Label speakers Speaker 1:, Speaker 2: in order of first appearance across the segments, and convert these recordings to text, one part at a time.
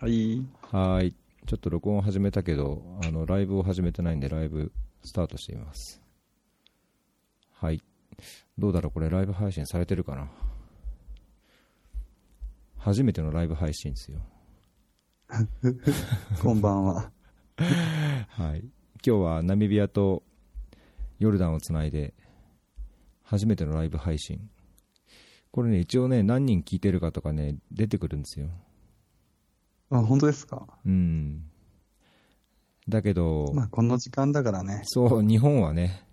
Speaker 1: はい。
Speaker 2: はーい。ちょっと録音を始めたけど、あの、ライブを始めてないんで、ライブスタートしています。はい。どうだろうこれ、ライブ配信されてるかな初めてのライブ配信ですよ。
Speaker 1: こんばん は。
Speaker 2: はい。今日はナミビアとヨルダンをつないで、初めてのライブ配信。これね、一応ね、何人聞いてるかとかね、出てくるんですよ。
Speaker 1: あ、本当ですか
Speaker 2: うん。だけど、
Speaker 1: まあ、この時間だからね。
Speaker 2: そう、日本はね、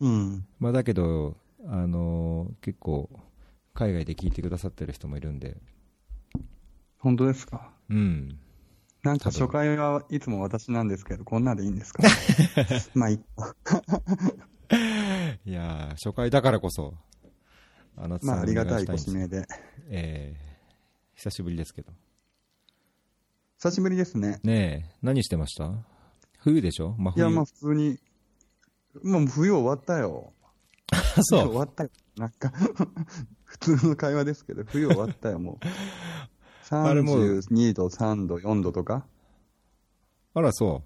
Speaker 1: うん。
Speaker 2: まあ、だけど、あのー結構、海外で聞いてくださってる人もいるんで、
Speaker 1: 本当ですか
Speaker 2: うん、
Speaker 1: なんか初回はいつも私なんですけど、こんなでいいん ですかまあ、いっか
Speaker 2: いやー、初回だからこそ、あの
Speaker 1: まあ、ありがたいご
Speaker 2: です
Speaker 1: 指名で。
Speaker 2: えー久しぶりですけど、
Speaker 1: 久しぶりですね。
Speaker 2: ねえ、何してました冬でしょ、真
Speaker 1: い
Speaker 2: 冬
Speaker 1: や、まあ、普通に、もう冬終わったよ。
Speaker 2: あ そ
Speaker 1: 冬終
Speaker 2: う、
Speaker 1: わったよ。なんか、 普通の会話ですけど、冬終わったよ、もう。
Speaker 2: あれもう
Speaker 1: 32度、3度、4度とか。
Speaker 2: あら、そ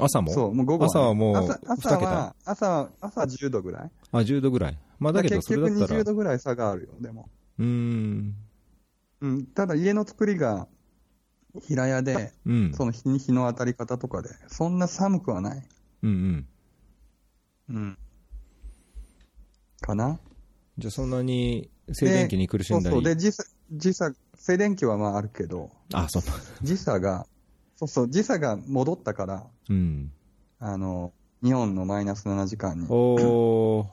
Speaker 2: う、朝も
Speaker 1: そう、もう午後、
Speaker 2: 朝はもう
Speaker 1: 朝朝
Speaker 2: 二桁
Speaker 1: は、朝は、朝は10度ぐらい
Speaker 2: あ、10度ぐらい、まあ、だけど、そ
Speaker 1: 結
Speaker 2: れ
Speaker 1: 局
Speaker 2: だったら、
Speaker 1: 20
Speaker 2: う
Speaker 1: 度ぐらい差があるよ、でも。
Speaker 2: ーん、
Speaker 1: うん、ただ家の作りが平屋で、
Speaker 2: うん、
Speaker 1: その日に日の当たり方とかで、そんな寒くはない。
Speaker 2: うん、うん、
Speaker 1: うん。かな
Speaker 2: じゃあ、そんなに静電気に苦し
Speaker 1: そ
Speaker 2: ん
Speaker 1: う
Speaker 2: だ
Speaker 1: そう。
Speaker 2: り、
Speaker 1: で、時差、時差、静電気はまああるけど、
Speaker 2: あ、そう、
Speaker 1: 時差が、そうそう、時差が戻ったから、
Speaker 2: うん、
Speaker 1: あの、日本のマイナス7時間に。
Speaker 2: おー、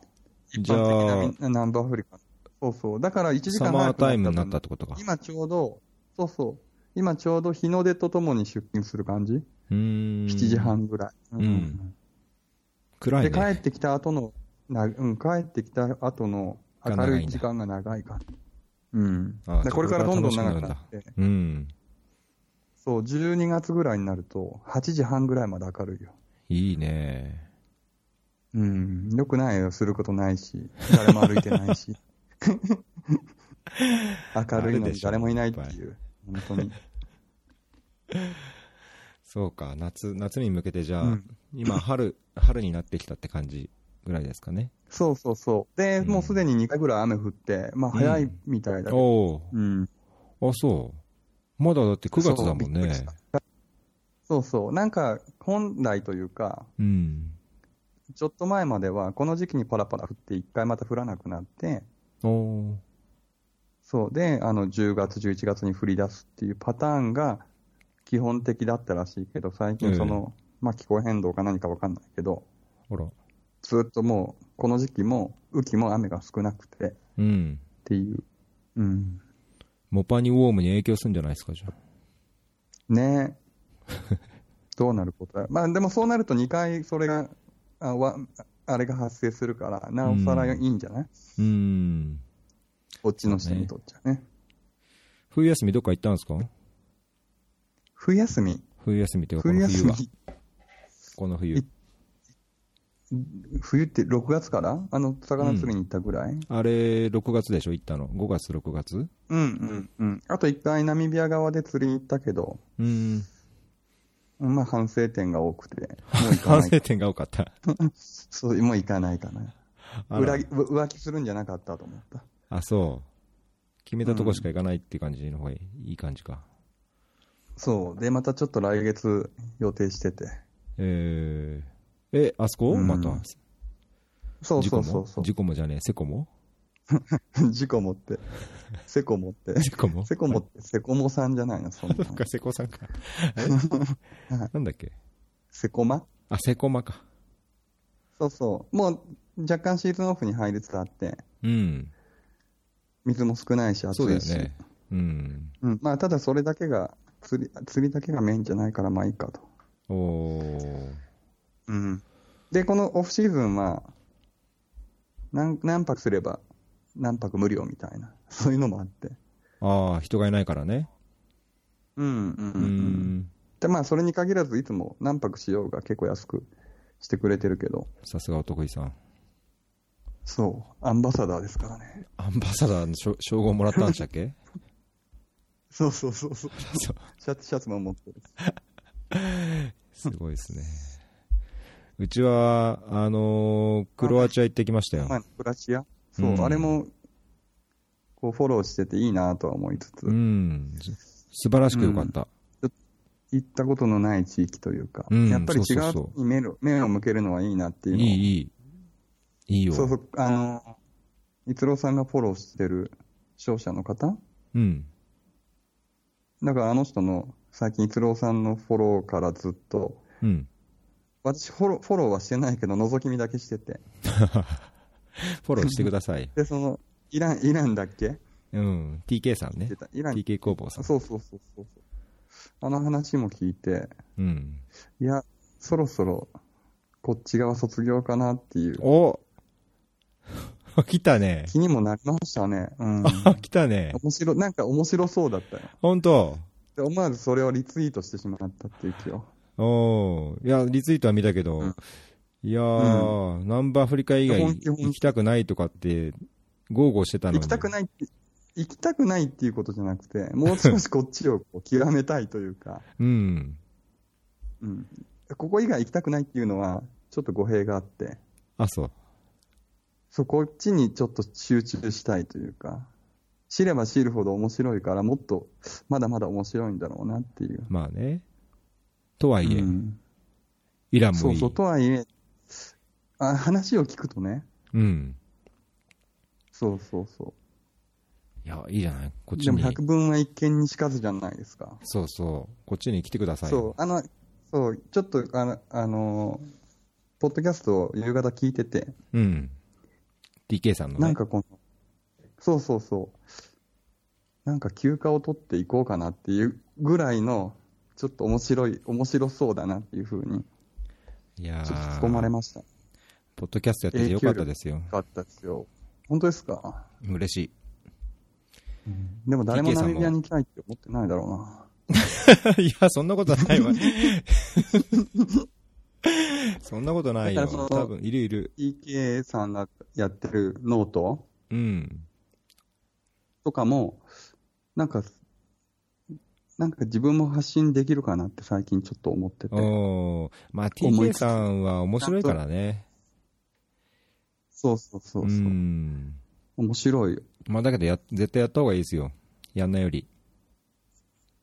Speaker 1: 一
Speaker 2: じゃあ
Speaker 1: 般的な南部アフリカ。そうそう。だから1時
Speaker 2: サ
Speaker 1: 間
Speaker 2: マー
Speaker 1: 早く
Speaker 2: タイ
Speaker 1: な
Speaker 2: ムに
Speaker 1: った
Speaker 2: な
Speaker 1: と
Speaker 2: っ
Speaker 1: 思う
Speaker 2: たってことか。
Speaker 1: 今ちょうど、そうそう。今ちょうど日の出とともに出勤する感じ
Speaker 2: うーん
Speaker 1: ?7 時。半ぐらい。うん
Speaker 2: うん暗
Speaker 1: で、
Speaker 2: いね。
Speaker 1: 帰ってきた後の、なうん、帰ってきた後の明るい時間が長いから。うん。
Speaker 2: ああ
Speaker 1: でこれからどんどん長くなって、
Speaker 2: うん。
Speaker 1: そう、12月ぐらいになると、8時半ぐらいまで明るいよ。
Speaker 2: いいね。
Speaker 1: うん。よくないよ、することないし、誰も歩いてないし。 明るいのに誰もいないっていう、本当に。
Speaker 2: そうか、夏、夏に向けてじゃあ、
Speaker 1: うん
Speaker 2: 今、春、 春になってきたって感じぐらいですかね。
Speaker 1: そうそうそう。で、
Speaker 2: うん
Speaker 1: もうすでに2回ぐらい雨降って、まあ
Speaker 2: うん
Speaker 1: 早いみたいだけど、
Speaker 2: お
Speaker 1: うん。
Speaker 2: お、あ、そう。まだだって9月だもん
Speaker 1: そうびっくり
Speaker 2: ね
Speaker 1: し。そうそう。なんか、本来というか、
Speaker 2: うん。
Speaker 1: ちょっと前までは、この時期にパラパラ降って、1回また降らなくなって、
Speaker 2: おお。
Speaker 1: そうで、あの、10月、11月に降り出すっていうパターンが基本的だったらしいけど、最近その、まあ気候変動か何かわかんないけど、
Speaker 2: ほら。
Speaker 1: ずっともう、この時期も、雨季も雨が少なくてっ
Speaker 2: うん。
Speaker 1: ていう。うん。
Speaker 2: モパニウォームに影響するんじゃないですか、じゃあ。
Speaker 1: ねえ。どうなることだ。まあでもそうなると2回それが、あわあれが発生するから、なおさらいいんじゃない、
Speaker 2: うん。
Speaker 1: こっちの人にとっちゃね。
Speaker 2: 冬休みどっか行ったんですか
Speaker 1: 冬休み。
Speaker 2: 冬休みっていうか、こ
Speaker 1: 冬
Speaker 2: の冬
Speaker 1: 休み
Speaker 2: は。。この冬
Speaker 1: い。冬って6月からあの、魚釣りに行ったぐらい、うん、
Speaker 2: あれ、6月でしょ、行ったの。5月、6月
Speaker 1: うんうんうんあと1回ナミビア側で釣りに行ったけど、
Speaker 2: うん。
Speaker 1: まあ反省点が多く て、もう行か
Speaker 2: 反
Speaker 1: ない
Speaker 2: 省点が多か った。
Speaker 1: そう、もう行かないかな。
Speaker 2: あら
Speaker 1: 裏切浮気するんじゃなかったと思った。
Speaker 2: あ、そう。決めたとこしか行かないって感じの方がいい感じか。
Speaker 1: そう。で、またちょっと来月予定してて。
Speaker 2: えー、え、あそこ
Speaker 1: うん
Speaker 2: また。
Speaker 1: そうそ
Speaker 2: 事故
Speaker 1: うそ
Speaker 2: も
Speaker 1: うそう。
Speaker 2: 事故もじゃねえ、セコも
Speaker 1: 事故持って、セコ持って、
Speaker 2: セコも
Speaker 1: セコ持って、セコモさんじゃないの、そんな
Speaker 2: そっか、セコさ んか。
Speaker 1: は
Speaker 2: えなんだっけ
Speaker 1: セコマ
Speaker 2: あ、セコマか。
Speaker 1: そうそう。もう若干シーズンオフに入りつつあって、
Speaker 2: うん。
Speaker 1: 水も少ないし、暑
Speaker 2: そうだ
Speaker 1: い
Speaker 2: よ
Speaker 1: し。
Speaker 2: ね。うん。
Speaker 1: うん。まあ、ただそれだけが、釣り、釣りだけがメインじゃないから、まあいいかと。
Speaker 2: おー。
Speaker 1: うん。で、このオフシーズンは、何、何泊すれば、何泊無料みたいな、そういうのもあって。
Speaker 2: ああ、人がいないからね。
Speaker 1: うん、うん、う。
Speaker 2: うんん。
Speaker 1: で、まあ、それに限らず、いつも何泊しようが結構安くしてくれてるけど、
Speaker 2: さすがお得意さん。
Speaker 1: そう、アンバサダーですからね。
Speaker 2: アンバサダーのしょ称号もらったんでしたっけ
Speaker 1: そうそうそうそう。
Speaker 2: そう
Speaker 1: シャツ、シャツも持ってる。
Speaker 2: すごいですね。うちは、あのークロアチア行ってきましたよ。
Speaker 1: 前のクラシアそう、
Speaker 2: うん
Speaker 1: あれも、こう、フォローしてていいなとは思いつつ、
Speaker 2: うん。す素晴らしく良かった。
Speaker 1: 行ったことのない地域というか、
Speaker 2: うん
Speaker 1: やっぱり違う
Speaker 2: そうそうそう
Speaker 1: とこに目の目を向けるのはいいなって
Speaker 2: い
Speaker 1: いうのを
Speaker 2: い、いい。いいよ。
Speaker 1: そうそう、あの、逸郎さんがフォローしてる商社の方
Speaker 2: うん。
Speaker 1: だからあの人の、最近逸郎さんのフォローからずっと、
Speaker 2: うん。
Speaker 1: 私フォロー、フォローはしてないけど、覗き見だけしてて。
Speaker 2: フォローしてください。
Speaker 1: で、その、イラン、イランだっけ
Speaker 2: うん。TK さんね
Speaker 1: 出。たイラン
Speaker 2: TK 工房さん。
Speaker 1: そうそうそうそう。あの話も聞いて、
Speaker 2: うん。
Speaker 1: いや、そろそろ、こっち側卒業かなっていう。
Speaker 2: お 来たね。
Speaker 1: 気にもなりましたね。うん。
Speaker 2: あ、来たね。
Speaker 1: 面白、なんか面白そうだったよ。
Speaker 2: 本当
Speaker 1: で、思わずそれをリツイートしてしまったっていう気を。
Speaker 2: おーいや、リツイートは見たけど、
Speaker 1: うん
Speaker 2: いやー、ナンバーアフリカ以外
Speaker 1: 本気本気
Speaker 2: 行きたくないとかって、豪語してたのに。
Speaker 1: 行きたくないって、行きたくないっていうことじゃなくて、もう少しこっちをこう極めたいというか、
Speaker 2: うん。
Speaker 1: うん。ここ以外行きたくないっていうのは、ちょっと語弊があって、
Speaker 2: あ、そう。
Speaker 1: そこっちにちょっと集中したいというか、知れば知るほど面白いから、もっと、まだまだ面白いんだろうなっていう。
Speaker 2: まあね。とはいえ、
Speaker 1: うん
Speaker 2: イラン
Speaker 1: そ
Speaker 2: も
Speaker 1: う
Speaker 2: いい。
Speaker 1: そう、とはいえ、あ話を聞くとね、
Speaker 2: うん。
Speaker 1: そうそうそ
Speaker 2: いや、いいじゃない。こ
Speaker 1: う。
Speaker 2: っ
Speaker 1: で
Speaker 2: ち
Speaker 1: も
Speaker 2: に。
Speaker 1: 百聞は一見にしかずじゃないですか。
Speaker 2: そうそう。こっちに来てください。
Speaker 1: そう、あの、そう、ちょっと、あの、あのポッドキャストを夕方聞いてて、
Speaker 2: う。うん。TK さんのね。
Speaker 1: なんかこの、そうそうそう、なんか休暇を取っていこうかなっていうぐらいの、ちょっと面白い、面白そうだなっていうふうに、
Speaker 2: いや
Speaker 1: ちょっと突っ込まれ
Speaker 2: ー、
Speaker 1: ました。よ
Speaker 2: ポッドキャストやっててよかったですよ。
Speaker 1: かったですよ。本当ですか
Speaker 2: 嬉しい。
Speaker 1: でも誰も
Speaker 2: TK さ
Speaker 1: ナ
Speaker 2: んも
Speaker 1: ミビアに行きたいって思ってないだろうな。
Speaker 2: い や、そんなことはないわ。 そんなことないよ。
Speaker 1: だからその
Speaker 2: 多分、いるいる。
Speaker 1: TK さんがやってるノート
Speaker 2: うん。
Speaker 1: とかも、なんか、なんか自分も発信できるかなって最近ちょっと思ってて。
Speaker 2: おーまあ、
Speaker 1: 思い
Speaker 2: TK
Speaker 1: つつ
Speaker 2: さんは面白いからね。
Speaker 1: そうそうそううそう、
Speaker 2: ん。
Speaker 1: 面白いよ。
Speaker 2: まあ、だけどや、絶対やった方がいいですよ。やんないより。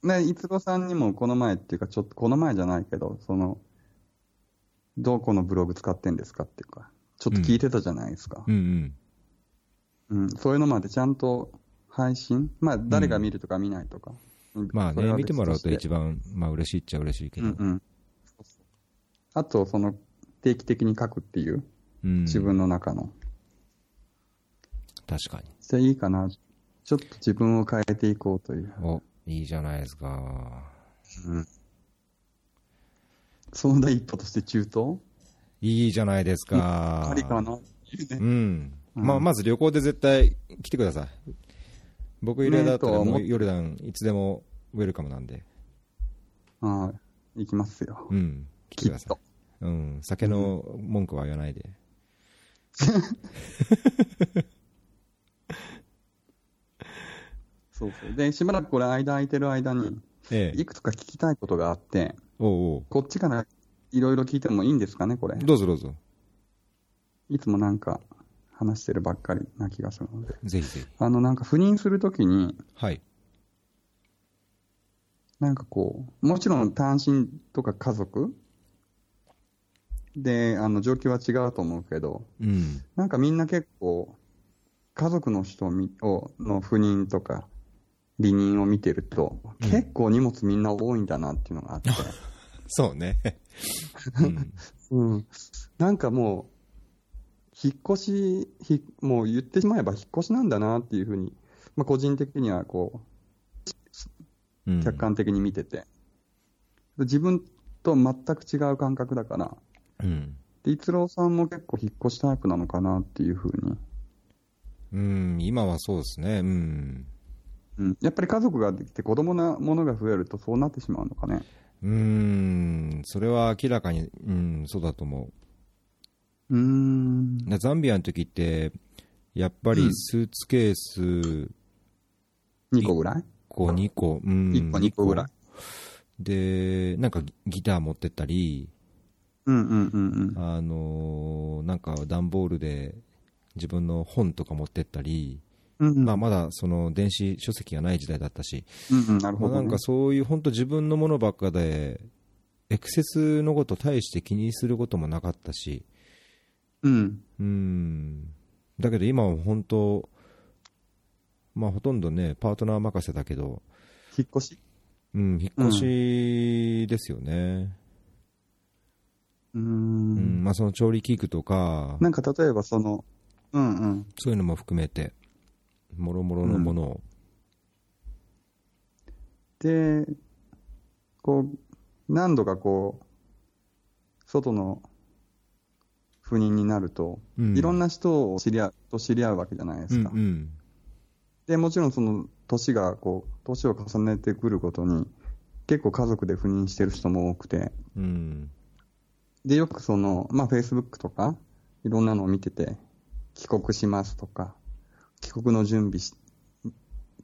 Speaker 1: ね、いつこさんにもこの前っていうか、ちょっとこの前じゃないけど、その、どこのブログ使ってんですかっていうか、ちょっと聞いてたじゃないですか
Speaker 2: う。ん
Speaker 1: うん。そういうのまでちゃんと配信まあ、誰が見るとか見ないとか。うん
Speaker 2: うん。まあ
Speaker 1: そ
Speaker 2: ね
Speaker 1: れ、は
Speaker 2: 見
Speaker 1: 別
Speaker 2: てもらうと
Speaker 1: して
Speaker 2: 一番、まあ、嬉しいっちゃ嬉しいけど。
Speaker 1: うんうん。そうそうあと、その、定期的に書くっていう、
Speaker 2: うん
Speaker 1: 自分の中の。
Speaker 2: 確かに。
Speaker 1: していいかな。ちょっと自分を変えていこうという。
Speaker 2: お、いいじゃないですか。
Speaker 1: その第一歩として中東
Speaker 2: いいじゃないですか。
Speaker 1: ありかな。
Speaker 2: うん。まあ、まず旅行で絶対来てください。僕、イライラだった
Speaker 1: ね
Speaker 2: ら、
Speaker 1: えとは
Speaker 2: も
Speaker 1: 思っ
Speaker 2: うヨルダン、いつでもウェルカムなんで。
Speaker 1: はい。行きますよ。
Speaker 2: うん。来て
Speaker 1: き
Speaker 2: くだ
Speaker 1: っ
Speaker 2: さ
Speaker 1: と。
Speaker 2: い。うん。酒の文句は言わないで。
Speaker 1: そうそう。で、しばらくこれ間空いてる間に、
Speaker 2: ええ
Speaker 1: い。くつか聞きたいことがあって、
Speaker 2: おうおう
Speaker 1: こっちからいろいろ聞いてもいいんですかね、これ。
Speaker 2: どうぞどうぞ。
Speaker 1: いつもなんか話してるばっかりな気がするので。
Speaker 2: ぜひぜひ。
Speaker 1: あの、なんか赴任するときに、
Speaker 2: はい。
Speaker 1: なんかこう、もちろん単身とか家族で、あの、状況は違うと思うけど、
Speaker 2: うん。
Speaker 1: なんかみんな結構、家族の人を見をの不妊とか、離任を見てると、
Speaker 2: うん
Speaker 1: 結構荷物みんな多いんだなっていうのがあって、
Speaker 2: そ うね。うん。
Speaker 1: うん、なんかもう、引っ越しひ、もう言ってしまえば引っ越しなんだなっていうふうに、まあ、個人的にはこ
Speaker 2: う
Speaker 1: う、
Speaker 2: ん
Speaker 1: 客観的に見てて、自分と全く違う感覚だから、
Speaker 2: うん。
Speaker 1: で逸郎さんも結構引っ越しタイプなのかなっていうふうに、
Speaker 2: うん。今はそうですね。うん。
Speaker 1: うん、やっぱり家族ができて子供なものが増えるとそうなってしまうのかね。
Speaker 2: うん。それは明らかに、うん、そうだと思う。
Speaker 1: うーん。
Speaker 2: なザンビアの時って、やっぱりスーツケース
Speaker 1: 2個ぐらい
Speaker 2: 個、2個、うん。
Speaker 1: 1個、2個ぐらい。
Speaker 2: で、なんかギギター持ってったり、
Speaker 1: うんうんうんうん。
Speaker 2: あのーなんか段ボールで自分の本とか持ってったり、
Speaker 1: うんうん
Speaker 2: まあ、まだその電子書籍がない時代だったし、
Speaker 1: うんうん、なる
Speaker 2: ま
Speaker 1: ほ
Speaker 2: あな
Speaker 1: ど、
Speaker 2: ん
Speaker 1: ね
Speaker 2: か。そういう本当自分のものばっかで、エクセスのこと大して気にすることもなかったし、
Speaker 1: うん。
Speaker 2: うん。だけど今は本当、まあほとんどね、パートナー任せだけど、
Speaker 1: 引っ越し
Speaker 2: うん、引っ越しですよね。
Speaker 1: うー
Speaker 2: うん、
Speaker 1: ん。
Speaker 2: まあその調理器具とか、
Speaker 1: なんか例えばその、うんうん。
Speaker 2: そういうのも含めて、もろもろのものを、
Speaker 1: で、こう、何度かこう、外の赴任になると、
Speaker 2: うん
Speaker 1: いろんな人を知り合う、と知り合うわけじゃないで
Speaker 2: う
Speaker 1: す
Speaker 2: ん
Speaker 1: か。
Speaker 2: うん、
Speaker 1: で、もちろんその、年がこう、年を重ねてくることに、結構家族で赴任してる人も多くて、
Speaker 2: うん、
Speaker 1: で、よくその、まあ、Facebook とか、いろんなのを見てて、帰国しますとか、帰国の準備し、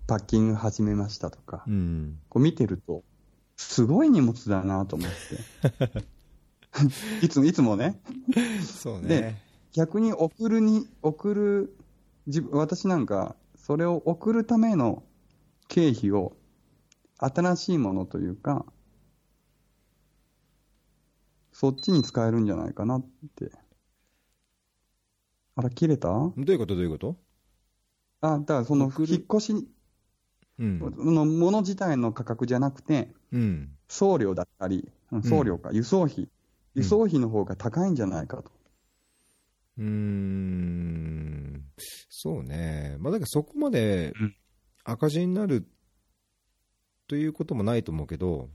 Speaker 1: パッキング始めましたとか
Speaker 2: う、ん、
Speaker 1: こう見てると、すごい荷物だなと思って。いつも、いつもね、
Speaker 2: そう
Speaker 1: で
Speaker 2: ね。
Speaker 1: 逆に送るに、送る、自分、私なんか、それを送るための経費を、新しいものというか、そっちに使えるんじゃないかなって。あら、切れたあ、
Speaker 2: どういうことどういうこと
Speaker 1: だからその
Speaker 2: 送、る
Speaker 1: 引っ越し
Speaker 2: うん、
Speaker 1: のもの自体の価格じゃなくて、
Speaker 2: うん、
Speaker 1: 送料だったり、うん送料か、輸送費、
Speaker 2: うん
Speaker 1: 輸送費の方が高いんじゃないかと。
Speaker 2: うーん、そうね。まあだからそこまで
Speaker 1: うん
Speaker 2: 赤字になるということもないと思うけど、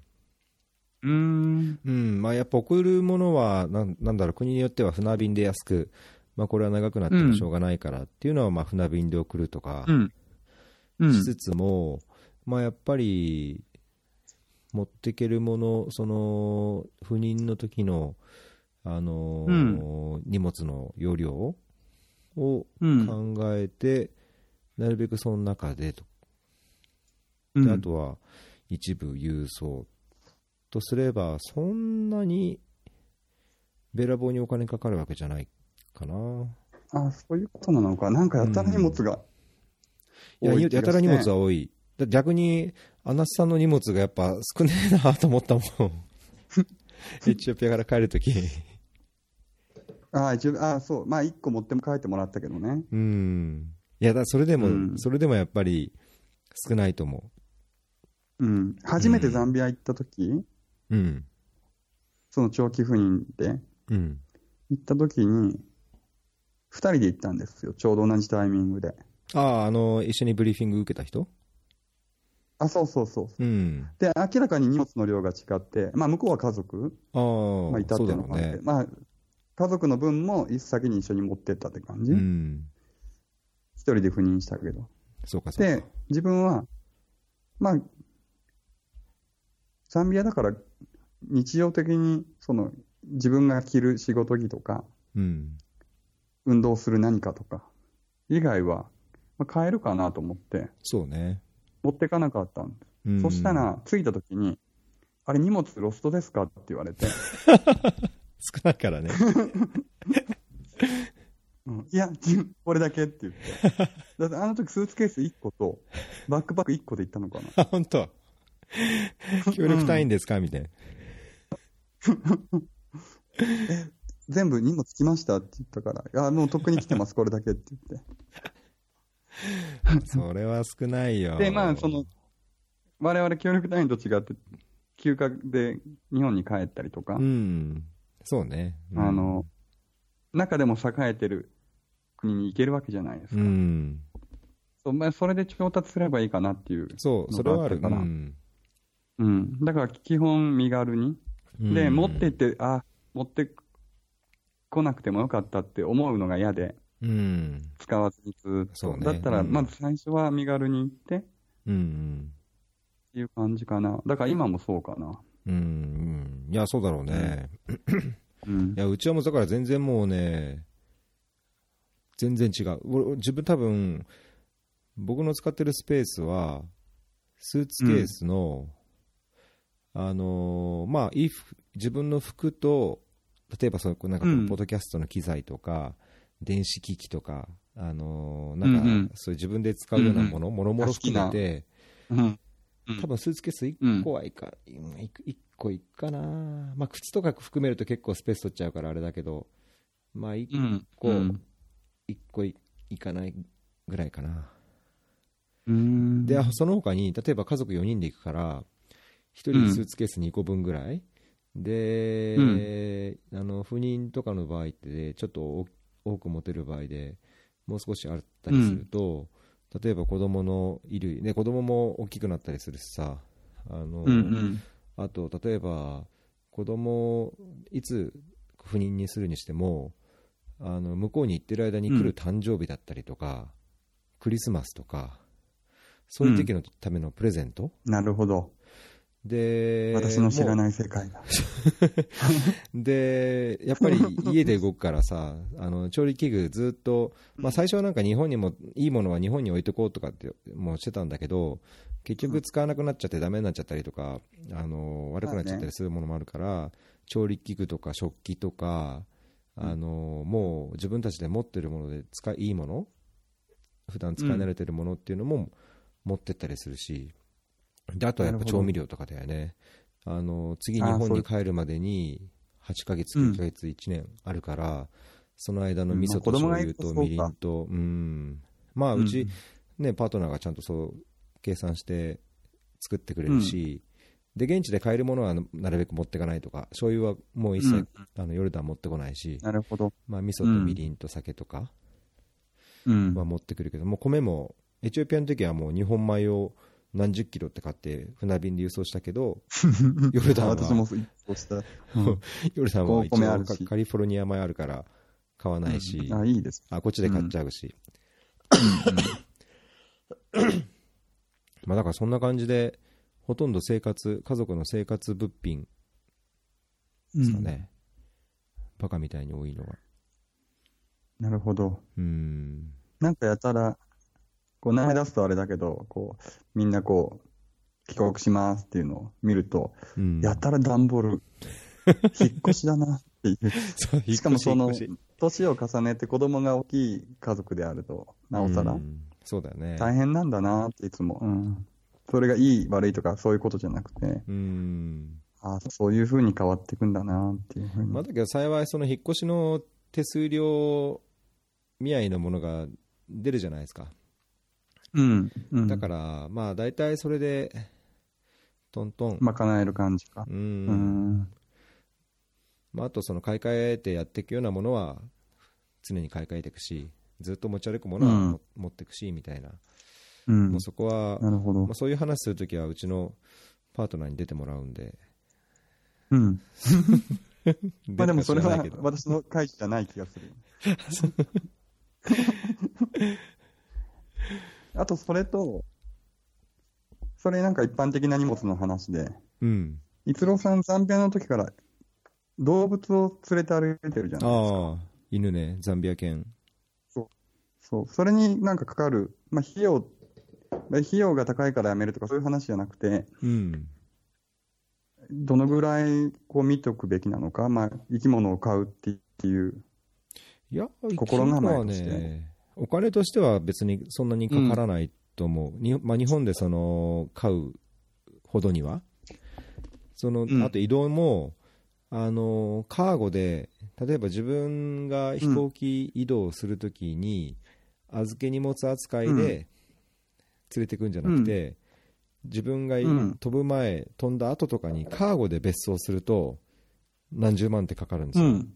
Speaker 1: うん。
Speaker 2: うん、まあやっぱ送るものは、なんなんだろう、国によっては船便で安く、まあこれは長くなってもしょうがないからっていうのは、まあ船便で送るとか、
Speaker 1: うん。う
Speaker 2: しつつも、まあ、やっぱり持ってけるものその赴任の時のあのー荷物の容量を考
Speaker 1: ん。
Speaker 2: えて、なるべくその中でと、
Speaker 1: う
Speaker 2: で
Speaker 1: ん
Speaker 2: あとは一部郵送とすればそんなにべらぼうにお金かかるわけじゃないかな
Speaker 1: あ、そういうことなのか。なんかやたら荷物が
Speaker 2: いや、
Speaker 1: 多い気
Speaker 2: や
Speaker 1: がして
Speaker 2: たら荷物は多い。だ逆に、アナスさんの荷物がやっぱ少ねえなと思 ったもん。エチオピアから帰るとき。
Speaker 1: あ一応、あそう。まあ、一個持っても帰ってもらったけどね。
Speaker 2: うん。いや、だそれでも、
Speaker 1: うん
Speaker 2: それでもやっぱり少ないと思
Speaker 1: うん。初めてザンビア行った時、
Speaker 2: う。うん。
Speaker 1: その長期赴任で
Speaker 2: うん。
Speaker 1: 行った時に、二人で行ったんですよ。ちょうど同じタイミングで。
Speaker 2: ああ、あの、一緒にブリーフィング受けた人
Speaker 1: あ、そうそうそう。
Speaker 2: うん。
Speaker 1: で、明らかに荷物の量が違って、まあ、向こうは家族
Speaker 2: ああ、
Speaker 1: まあ、いたって
Speaker 2: そ
Speaker 1: いうう
Speaker 2: だ
Speaker 1: の
Speaker 2: ろう
Speaker 1: があって、
Speaker 2: ね。
Speaker 1: まあ、家族の分も一先に一緒に持ってったって感じ、
Speaker 2: う
Speaker 1: 一
Speaker 2: ん。
Speaker 1: 人で赴任したけど。
Speaker 2: そうか、そう
Speaker 1: で
Speaker 2: か。、
Speaker 1: 自分は、まあ、ザンビアだから、日常的にその自分が着る仕事着とか、
Speaker 2: うん。
Speaker 1: 運動する何かとか、以外は、まあ、買えるかなと思って、
Speaker 2: そうね。
Speaker 1: 持ってかなかったんです。
Speaker 2: うん
Speaker 1: そした、ら、着いた時に、あれ、荷物ロストですかって言われて、
Speaker 2: 少ないからね。
Speaker 1: うんいや、 自これだけって言って。 だってあの時スーツケース1個と、バックパック1個で行ったのかな。
Speaker 2: あ、本当。協力隊員ですかみ たいな。
Speaker 1: 全部荷物来ましたって言ったから、いや、もうとっくに来てます、これだけって言っ
Speaker 2: それは少ないよ。
Speaker 1: て。で、まあ、その、我々協力隊員と違って、休暇で日本に帰ったりとか、
Speaker 2: うん。そうね。うん
Speaker 1: あの、、中でも栄えてる国に行けるわけじゃないです
Speaker 2: う
Speaker 1: か。
Speaker 2: ん。
Speaker 1: そまあそれで調達すればいいかなっていう。
Speaker 2: そう、それはある。
Speaker 1: のがあったから
Speaker 2: ん。
Speaker 1: うん。だから基本身軽に。で、
Speaker 2: うん
Speaker 1: 持ってって、あ、持ってこなくてもよかったって思うのが嫌で、
Speaker 2: うん。
Speaker 1: 使わずにずっ
Speaker 2: そ
Speaker 1: と。
Speaker 2: うね
Speaker 1: だったら、
Speaker 2: うん
Speaker 1: まず最初は身軽に行ってっ
Speaker 2: うん。
Speaker 1: ていう感じかな。だから今もそうかな。
Speaker 2: うん。うん。いや、そうだろうね。
Speaker 1: うん
Speaker 2: い。や、うちはもうだから全然もうね、全然違う。俺自分多分、僕の使ってるスペースは、スーツケースの、あのーまあ、いい服自分の服と、例えばそうなんかこ
Speaker 1: う
Speaker 2: の
Speaker 1: ん
Speaker 2: ポッドキャストの機材とか、電子機器とか、あのーなんか、
Speaker 1: うんうん
Speaker 2: そういう自分で使うようなもの、もろもろ含めて、
Speaker 1: うん。うん
Speaker 2: 多分スーツケース1個はいか、うんいく一個いくかな、まあ、靴とか含めると結構スペース取っちゃうからあれだけど、まあ、い
Speaker 1: うん。
Speaker 2: こう
Speaker 1: うん
Speaker 2: 一個いいかないぐらいかな。
Speaker 1: うん。
Speaker 2: で、あその他に、例えば家族4人で行くから、1人スーツケース2個分ぐらい、で、あの不妊とかの場合って、ちょっとお多く持てる場合でもう少しあったりすると、例えば子供の衣類、ね、子供も大きくなったりするしさ、あ
Speaker 1: う
Speaker 2: の
Speaker 1: んうん。
Speaker 2: あと、例えば、子供をいつ不妊にするにしても、あの向こうに行ってる間に来る誕生日だったりとか、クリスマスとか、そういう時のためのプレゼント、
Speaker 1: なるほど。
Speaker 2: で、
Speaker 1: 私の知ら
Speaker 2: も
Speaker 1: ない世界だ。
Speaker 2: うで、や っぱり家で動くからさ、あの調理器具ずっと、まあ、最初はなんか日本にも、いいものは日本に置いとこうとかってもうしてたんだけど、結局使わなくなっちゃって、ダメになっちゃったりとか、あの悪くなっちゃったりするものもあるから、調理器具とか食器とか、あのもう自分たちで持ってるもので使いいいもの、普段使い慣れてるものっていうのも持ってったりするし、であとはやっ
Speaker 1: なる
Speaker 2: ぱ
Speaker 1: ほど
Speaker 2: 調味料とかだよね、あの次、日
Speaker 1: あー
Speaker 2: 本
Speaker 1: そう
Speaker 2: に帰るまでに8ヶ月、
Speaker 1: うん
Speaker 2: 9ヶ月、1年あるから、その間の味噌と
Speaker 1: うんまあ子供
Speaker 2: 醤
Speaker 1: がい
Speaker 2: 油
Speaker 1: ると
Speaker 2: と
Speaker 1: そうか
Speaker 2: みりんと、うん、まあ、うち、ね、パートナーがちゃんとそう計算して作ってくれるし、で現地で買えるものはなるべく持っていかないとか、醤油はもう一切、
Speaker 1: うん
Speaker 2: あのヨルダン持ってこないし、
Speaker 1: なるほど。
Speaker 2: まあ味噌とみりんと酒とか
Speaker 1: うん。
Speaker 2: は持ってくるけど、もう米も、エチオピアの時はもう日本米を何十キロって買って、船便で輸送した けど、ヨルダンは
Speaker 1: 私もそうした。
Speaker 2: ヨルダンは一
Speaker 1: お米あ
Speaker 2: 応
Speaker 1: る
Speaker 2: カ
Speaker 1: し
Speaker 2: カリフォルニア米あるから買わないし、
Speaker 1: あ、いいです。
Speaker 2: あこっちで買っちゃうし、まあだからそんな感じでほとんど生活家族の生活物品ですかね、バカみたいに多いのは
Speaker 1: なるほど。
Speaker 2: うん
Speaker 1: なんかやたら、こう名前出すとあれだけど、こう、みんなこう、帰国しますっていうのを見ると、
Speaker 2: うん
Speaker 1: やたら段ボール、引っ越しだなって いう。
Speaker 2: そう引っ越
Speaker 1: しかもその
Speaker 2: 引っ越し、
Speaker 1: 年を重ねて子供が大きい家族であると、なおさ
Speaker 2: う
Speaker 1: ら、
Speaker 2: んそうだよね
Speaker 1: 大変なんだなっていつも。うん。それがいい悪いとかそういうことじゃなくて、
Speaker 2: うん
Speaker 1: あそういう風に変わっていくんだなっていうふうに。
Speaker 2: まあ、だけど幸いその引っ越しの手数料見合いのものが出るじゃないですか
Speaker 1: うん。うん。
Speaker 2: だから、まあ大体それで、トントン、
Speaker 1: 賄える感じか。
Speaker 2: う
Speaker 1: うんん。
Speaker 2: まあ、あとその買い替えてやっていくようなものは、常に買い替えていくし、ずっと持ち歩くものはも、持っていくしみたいな、
Speaker 1: うん
Speaker 2: もう。そこは、
Speaker 1: なるほど
Speaker 2: まあ、。そういう話するときは、うちのパートナーに出てもらうんで、
Speaker 1: うん。まあでもそれ
Speaker 2: 出る
Speaker 1: は
Speaker 2: か知らない
Speaker 1: 私の会議じゃない気が する。あとそれと、それなんか一般的な荷物の話で、
Speaker 2: けどうん、
Speaker 1: 逸郎さんザンビアの時から動物を連れて歩いてるじゃないですか。
Speaker 2: ああ、犬ね、ザンビア犬、
Speaker 1: そう。それになんかかかる、まあ費用、まあ費用が高いからやめるとかそういう話じゃなくて、
Speaker 2: うん、
Speaker 1: どのぐらいこう見ておくべきなのか、まあ生き物を飼うっていう、
Speaker 2: いや、
Speaker 1: 心構えとして
Speaker 2: 生き物はね、お金としては別にそんなにかからないと思う、にまあ、日本でその買うほどには、その
Speaker 1: ん
Speaker 2: あと移動も、あのカーゴで、例えば自分が飛行機移動するときに、預け荷物扱いで
Speaker 1: うん
Speaker 2: 連れてくんじゃなくて、自分が
Speaker 1: うん
Speaker 2: 飛ぶ前、飛んだ後とかにカーゴで別荘すると、何十万ってかかるんです
Speaker 1: う
Speaker 2: よ。
Speaker 1: ん。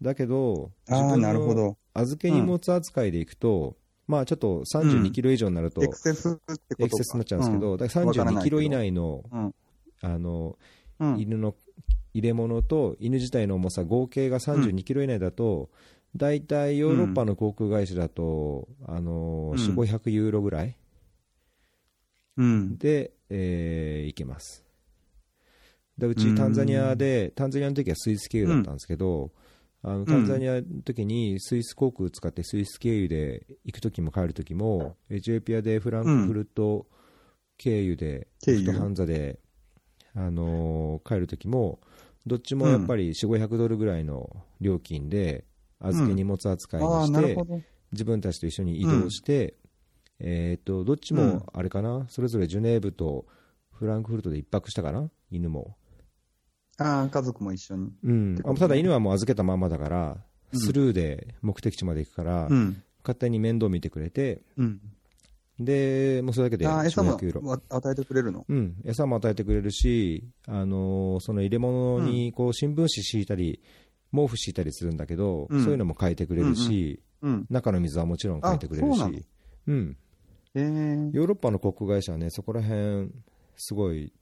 Speaker 2: だけど、自
Speaker 1: ああ、
Speaker 2: 分の
Speaker 1: なるほど。
Speaker 2: 預け荷物扱いでいくと、まあちょっと32キロ以上になると、
Speaker 1: エクセスってことか
Speaker 2: エクセスになっちゃうんですけど、だから
Speaker 1: わからな
Speaker 2: 32
Speaker 1: い
Speaker 2: キ
Speaker 1: けど
Speaker 2: ロ以内の
Speaker 1: うん
Speaker 2: あの
Speaker 1: うんうん
Speaker 2: 犬の入れ物と犬自体の重さ、合計が32キロ以内だと、大体ヨーロッパの航空会社だと、あの
Speaker 1: うん
Speaker 2: 4、500ユーロぐらい
Speaker 1: うん。
Speaker 2: で、えー行けます。でう
Speaker 1: う
Speaker 2: ち
Speaker 1: ん
Speaker 2: タンザニアで、タンザニアの時はスイス経由だったんですけど、あのタンザニアの時にスイス航空使ってスイス経由で行く時も帰る時も、エチオピアでフランクフルト経由で、
Speaker 1: 経
Speaker 2: フ
Speaker 1: 由
Speaker 2: ットハンザで、あのー帰る時も、どっちもやっぱり4、500ドルぐらいの料金で、預け荷物扱い
Speaker 1: あ
Speaker 2: に
Speaker 1: あ、
Speaker 2: し
Speaker 1: な
Speaker 2: て、
Speaker 1: るほど。
Speaker 2: 自分たちと一緒に移動して、えーっと、どっち
Speaker 1: うん
Speaker 2: もあれかな、それぞれジュネーブとフランクフルトで一泊したかな、犬も。
Speaker 1: ああ、家族も一緒に。
Speaker 2: うん
Speaker 1: てことね
Speaker 2: ただ犬はもう預けたまんまだから、
Speaker 1: うん
Speaker 2: スルーで目的地まで行くから、
Speaker 1: うん。
Speaker 2: 勝手に面倒見てくれて、
Speaker 1: うん。
Speaker 2: で、もうそれだけで
Speaker 1: ああ、餌も
Speaker 2: 400ユーロ。
Speaker 1: わ与えてくれるの。
Speaker 2: うん、餌も与えてくれるし、あのーその入れ物にこう新聞紙敷いたり、毛布敷いたりするんだけど、
Speaker 1: うん
Speaker 2: そういうのも変えてくれるし、
Speaker 1: うん。
Speaker 2: 中の水はもちろん変えてくれる
Speaker 1: あ
Speaker 2: し
Speaker 1: そうなの、
Speaker 2: うん、
Speaker 1: ええ。
Speaker 2: ヨーロッパの航空会社はね、そこら辺すごい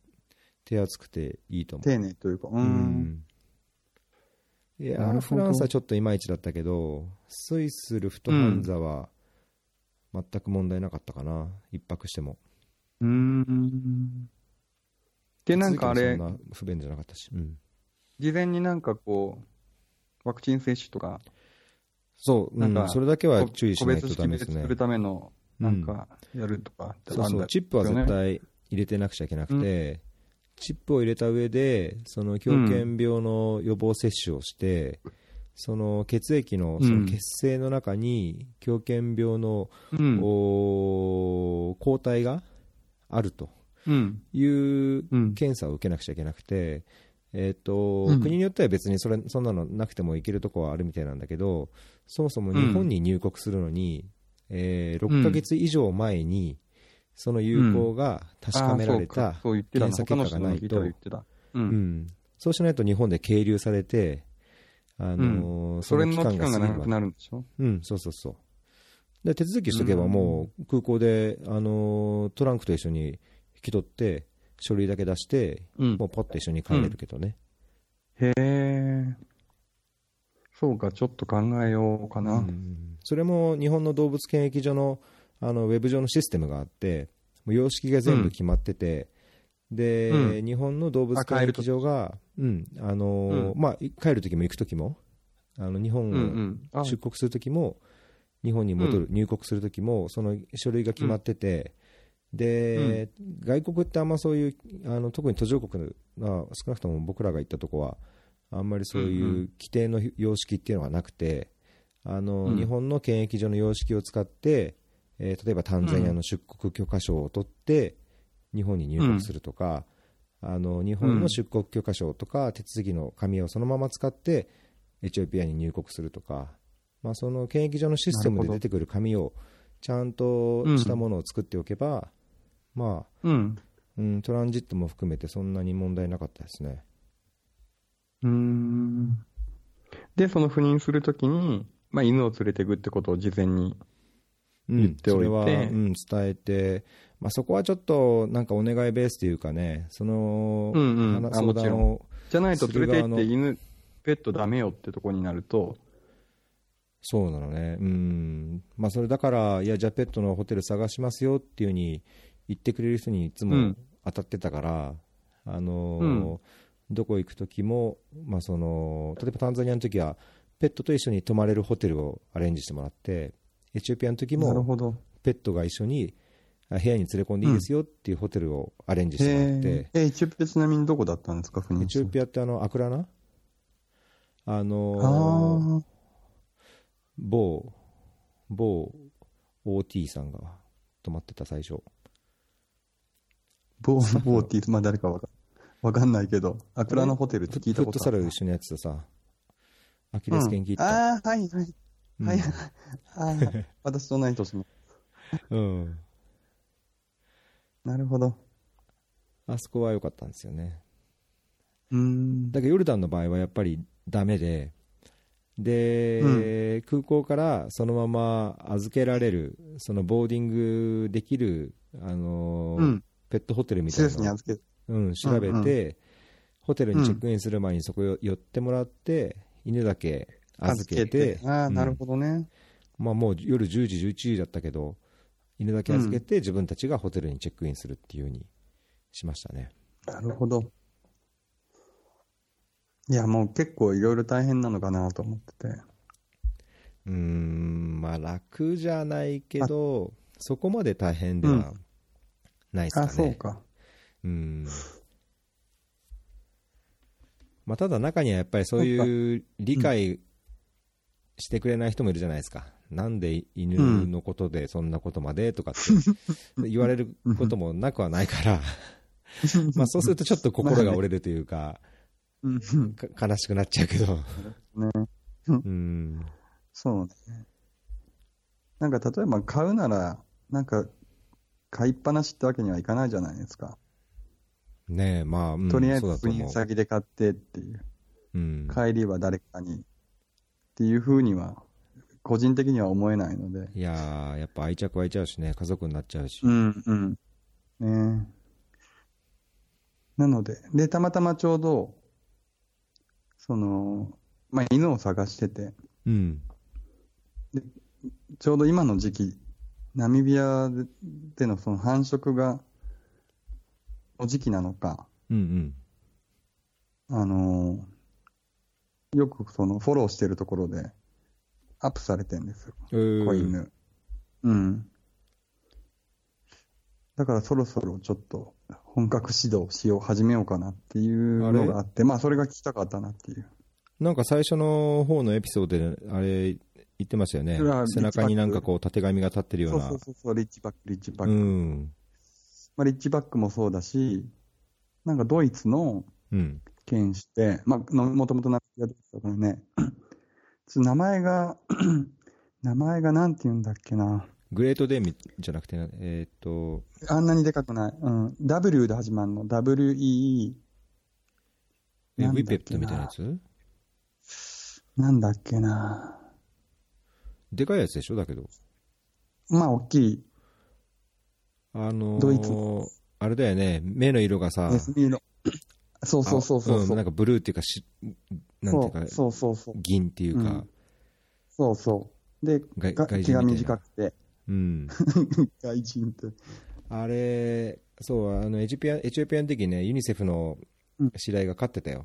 Speaker 2: 手厚くていいと思う。
Speaker 1: 丁寧というか。う。
Speaker 2: うんんいや
Speaker 1: なる
Speaker 2: ー
Speaker 1: ほ
Speaker 2: フ
Speaker 1: ど
Speaker 2: ランスはちょっといまいちだったけど、スイス、ルフトハンザは全く問題なかったかな、一泊しても。
Speaker 1: うーん。で、なんかあれ
Speaker 2: そ、んな不便じゃなかったし。うん
Speaker 1: 事前になんかこう、ワクチン接種とか、
Speaker 2: そう、
Speaker 1: なんか
Speaker 2: うんそれだけは
Speaker 1: こ
Speaker 2: 注意し
Speaker 1: 個
Speaker 2: ない
Speaker 1: 別
Speaker 2: と
Speaker 1: 識
Speaker 2: ダメです
Speaker 1: 別す
Speaker 2: ね
Speaker 1: る。ための、なんか、やるとか、
Speaker 2: そうそう、チップは絶対入れてなくちゃいけなくて、チップを入れた上で、その狂犬病の予防接種をして、その血液のその血清の中に狂犬病の、
Speaker 1: うん。
Speaker 2: おー抗体があると
Speaker 1: うん。
Speaker 2: いう
Speaker 1: うん。
Speaker 2: 検査を受けなくちゃいけなくて、えーと
Speaker 1: うん
Speaker 2: 国によっては別にそれそんなのなくても行けるとこはあるみたいなんだけど、そもそも日本に入国するのに、え6ヶ月以上前に、その有効が確かめられ
Speaker 1: あーそう
Speaker 2: た
Speaker 1: か、そう言ってたな
Speaker 2: 検査結果がな
Speaker 1: 他の人の
Speaker 2: いと
Speaker 1: 聞いたら言ってたう。
Speaker 2: うんんそうしないと日本で係留されて、あのー
Speaker 1: それの期間が
Speaker 2: 過ぎ
Speaker 1: 長
Speaker 2: るま
Speaker 1: く
Speaker 2: で
Speaker 1: なるんでしょ
Speaker 2: うん、そうそうそう。で、手続きしとけば
Speaker 1: うん
Speaker 2: もう空港で、あのートランクと一緒に引き取って、書類だけ出して、
Speaker 1: うん
Speaker 2: もうポッと一緒に帰れるけどね。
Speaker 1: へえ。そうか、ちょっと考えようか
Speaker 2: う
Speaker 1: な。
Speaker 2: んそれも日本の動物検疫所のあのウェブ上のシステムがあって、もう様式が全部決まってて、で、
Speaker 1: う
Speaker 2: 日本の動物検疫所が、うん、あのーまあ、帰る時も行く時も、あの日
Speaker 1: う
Speaker 2: 本
Speaker 1: ん
Speaker 2: を
Speaker 1: うん。あ
Speaker 2: 出国するときも、日本に戻る、入国するときも、その書類が決まってて、で、外国ってあんまそういう、あの特に途上国が、少なくとも僕らが行ったとこは、あんまりそうい
Speaker 1: んう
Speaker 2: う規定の様式っていうのがなくて、あの
Speaker 1: うん
Speaker 2: 日本の検疫所の様式を使って、えー例えばタンザニアの出国許可証を取って、日本に入国するとか、あの日本の出国許可証とか、手続きの紙をそのまま使って、エチオピアに入国するとか、まあ、その検疫所のシステム
Speaker 1: なる
Speaker 2: で
Speaker 1: ほど
Speaker 2: 出てくる紙をちゃんとしたものを作っておけば、まあ
Speaker 1: うん。
Speaker 2: うん、トランジットも含めてそんなに問題なかったですね。
Speaker 1: うーん。で、その赴任するときに、まあ、犬を連れていくってことを事前に。
Speaker 2: うん
Speaker 1: 言っておいて
Speaker 2: それは、うん、伝えて、まあ、そこはちょっとなんかお願いベースというかね、その、
Speaker 1: うんうん
Speaker 2: 話
Speaker 1: あ
Speaker 2: 相
Speaker 1: もちろ
Speaker 2: 談
Speaker 1: ん
Speaker 2: を、
Speaker 1: じゃないと
Speaker 2: する
Speaker 1: 連れて行
Speaker 2: 側の
Speaker 1: って犬、ペットダメよってとこになると、
Speaker 2: そうなのね、うん、まあ、それだから、いや、じゃあペットのホテル探しますよっていうふうに言ってくれる人にいつ
Speaker 1: う
Speaker 2: も
Speaker 1: ん
Speaker 2: 当たってたから、あのー
Speaker 1: うん
Speaker 2: どこ行く時も、まあ、その例えばタンザニアの時は、ペットと一緒に泊まれるホテルをアレンジしてもらって、エチオピアの時
Speaker 1: なる
Speaker 2: も
Speaker 1: ほど。
Speaker 2: ペットが一緒にあ部屋に連れ込んでいいですよっていうホテルをアレンジしてもらって。
Speaker 1: へえ、エチオピアちなみにどこだったんですか、赴
Speaker 2: エ
Speaker 1: 任
Speaker 2: チオピアってあのアクラナあ
Speaker 1: ア
Speaker 2: のー
Speaker 1: ああ。
Speaker 2: 某某 OT さんが泊まってた最初
Speaker 1: ボー、ボーティー、まあ誰かわかわかんないけど、アクラのホテルって
Speaker 2: フ
Speaker 1: 聞いた
Speaker 2: ッ
Speaker 1: こ
Speaker 2: ト
Speaker 1: と
Speaker 2: サ
Speaker 1: あ
Speaker 2: ル
Speaker 1: る。
Speaker 2: 一緒にやってたさアキレス腱切った、
Speaker 1: ああ、はいはい。
Speaker 2: うん
Speaker 1: はい。あー私と同い 年の。
Speaker 2: うん
Speaker 1: なるほど。
Speaker 2: あそこは良かったんですよね
Speaker 1: うーん。
Speaker 2: だけどヨルダンの場合はやっぱりダメでで、空港からそのまま預けられるそのボーディングできる、あのー
Speaker 1: うん。
Speaker 2: ペットホテルみた
Speaker 1: 施
Speaker 2: いな
Speaker 1: 設に預けて。
Speaker 2: うん、調べて、
Speaker 1: うんう
Speaker 2: ホテルにチェックインする前にそこよ寄ってもらって、犬だけ預けて、
Speaker 1: ああ、
Speaker 2: うん
Speaker 1: なるほどね。
Speaker 2: まあ、もう夜10時、11時だったけど、犬だけ預けて、自分たちがホテルにチェックインするっていうふうにしましたね。
Speaker 1: なるほど。いや、もう結構いろいろ大変なのかなと思ってて。
Speaker 2: うーん、まあ、楽じゃないけど、そこまで大変ではないですかね。
Speaker 1: あ、そうか。
Speaker 2: うん。まあ、ただ中にはやっぱりそういう理解してくれない人もいるじゃないですか。なんで犬のことでそんなことまでとかって言われることもなくはな いから、まあそうするとちょっと心が折れるというか、
Speaker 1: うん、
Speaker 2: か悲しくなっちゃうけど。
Speaker 1: ね。
Speaker 2: うん。
Speaker 1: そうね。なんか例えば買うなら、なんか買いっぱなしってわけにはいかないじゃないですか。
Speaker 2: ねえ、まあ、うん、
Speaker 1: とりあえず
Speaker 2: そうだと
Speaker 1: 売り
Speaker 2: 思う。
Speaker 1: 先で買ってっていう。
Speaker 2: うん。
Speaker 1: 帰りは誰かにっていうふうには、個人的には思えないので。
Speaker 2: いやー、やっぱ愛着湧いちゃうしね、家族になっちゃうし。
Speaker 1: うんうん。ねえなので、で、たまたまちょうど、その、まあ、犬を探してて、
Speaker 2: うん。
Speaker 1: ちょうど今の時期、ナミビアでのその繁殖が、の時期なのか、
Speaker 2: うんうん。
Speaker 1: あのーよくそのフォローしてるところで、アップされてんですよ。
Speaker 2: えー
Speaker 1: 子犬。うん。だからそろそろちょっと本格指導しよう、始めようかなっていう
Speaker 2: あれ
Speaker 1: のがあって、まあそれが聞きたかったなっていう。
Speaker 2: なんか最初の方のエピソードで、あれ、言ってましたよね
Speaker 1: うわ。
Speaker 2: 背中になんかこう、縦紙が立ってるよ
Speaker 1: そうう
Speaker 2: な。
Speaker 1: そうそうそう、リッチバック、リッチバッ
Speaker 2: う
Speaker 1: ク。
Speaker 2: ん。
Speaker 1: まあリッチバックもそうだし、なんかドイツの
Speaker 2: うん。
Speaker 1: 犬種で、まあ、のもともと名前が出てたからね、 ちょっと名前が、 名前がなんて言うんだっけな。
Speaker 2: グレートデーミじゃなくて、えーっと、
Speaker 1: あんなにでかくない。うん。W で始まるの。WEE。
Speaker 2: えウ
Speaker 1: なんだっけな
Speaker 2: ィペットみたいなやつ
Speaker 1: なんだっけな。
Speaker 2: でかいやつでしょだけど。
Speaker 1: まあ、大きい。
Speaker 2: あのー、
Speaker 1: ドイツ
Speaker 2: あれだよね。目の色がさ、
Speaker 1: ネズ ミの。そうそうそうそう
Speaker 2: あ
Speaker 1: そ
Speaker 2: ん
Speaker 1: う。
Speaker 2: なんかブルーっていうか、しなんていうか、
Speaker 1: そうそうそうそう。
Speaker 2: 銀っていうか、
Speaker 1: そうそう。で、
Speaker 2: が
Speaker 1: が
Speaker 2: 外人みたいな
Speaker 1: 毛が短くて、
Speaker 2: うん。
Speaker 1: 外人って。
Speaker 2: あれ、そう、あのエチオピア、エチオピアの時ね、ユニセフの
Speaker 1: うん
Speaker 2: 知り合いが飼ってたよ。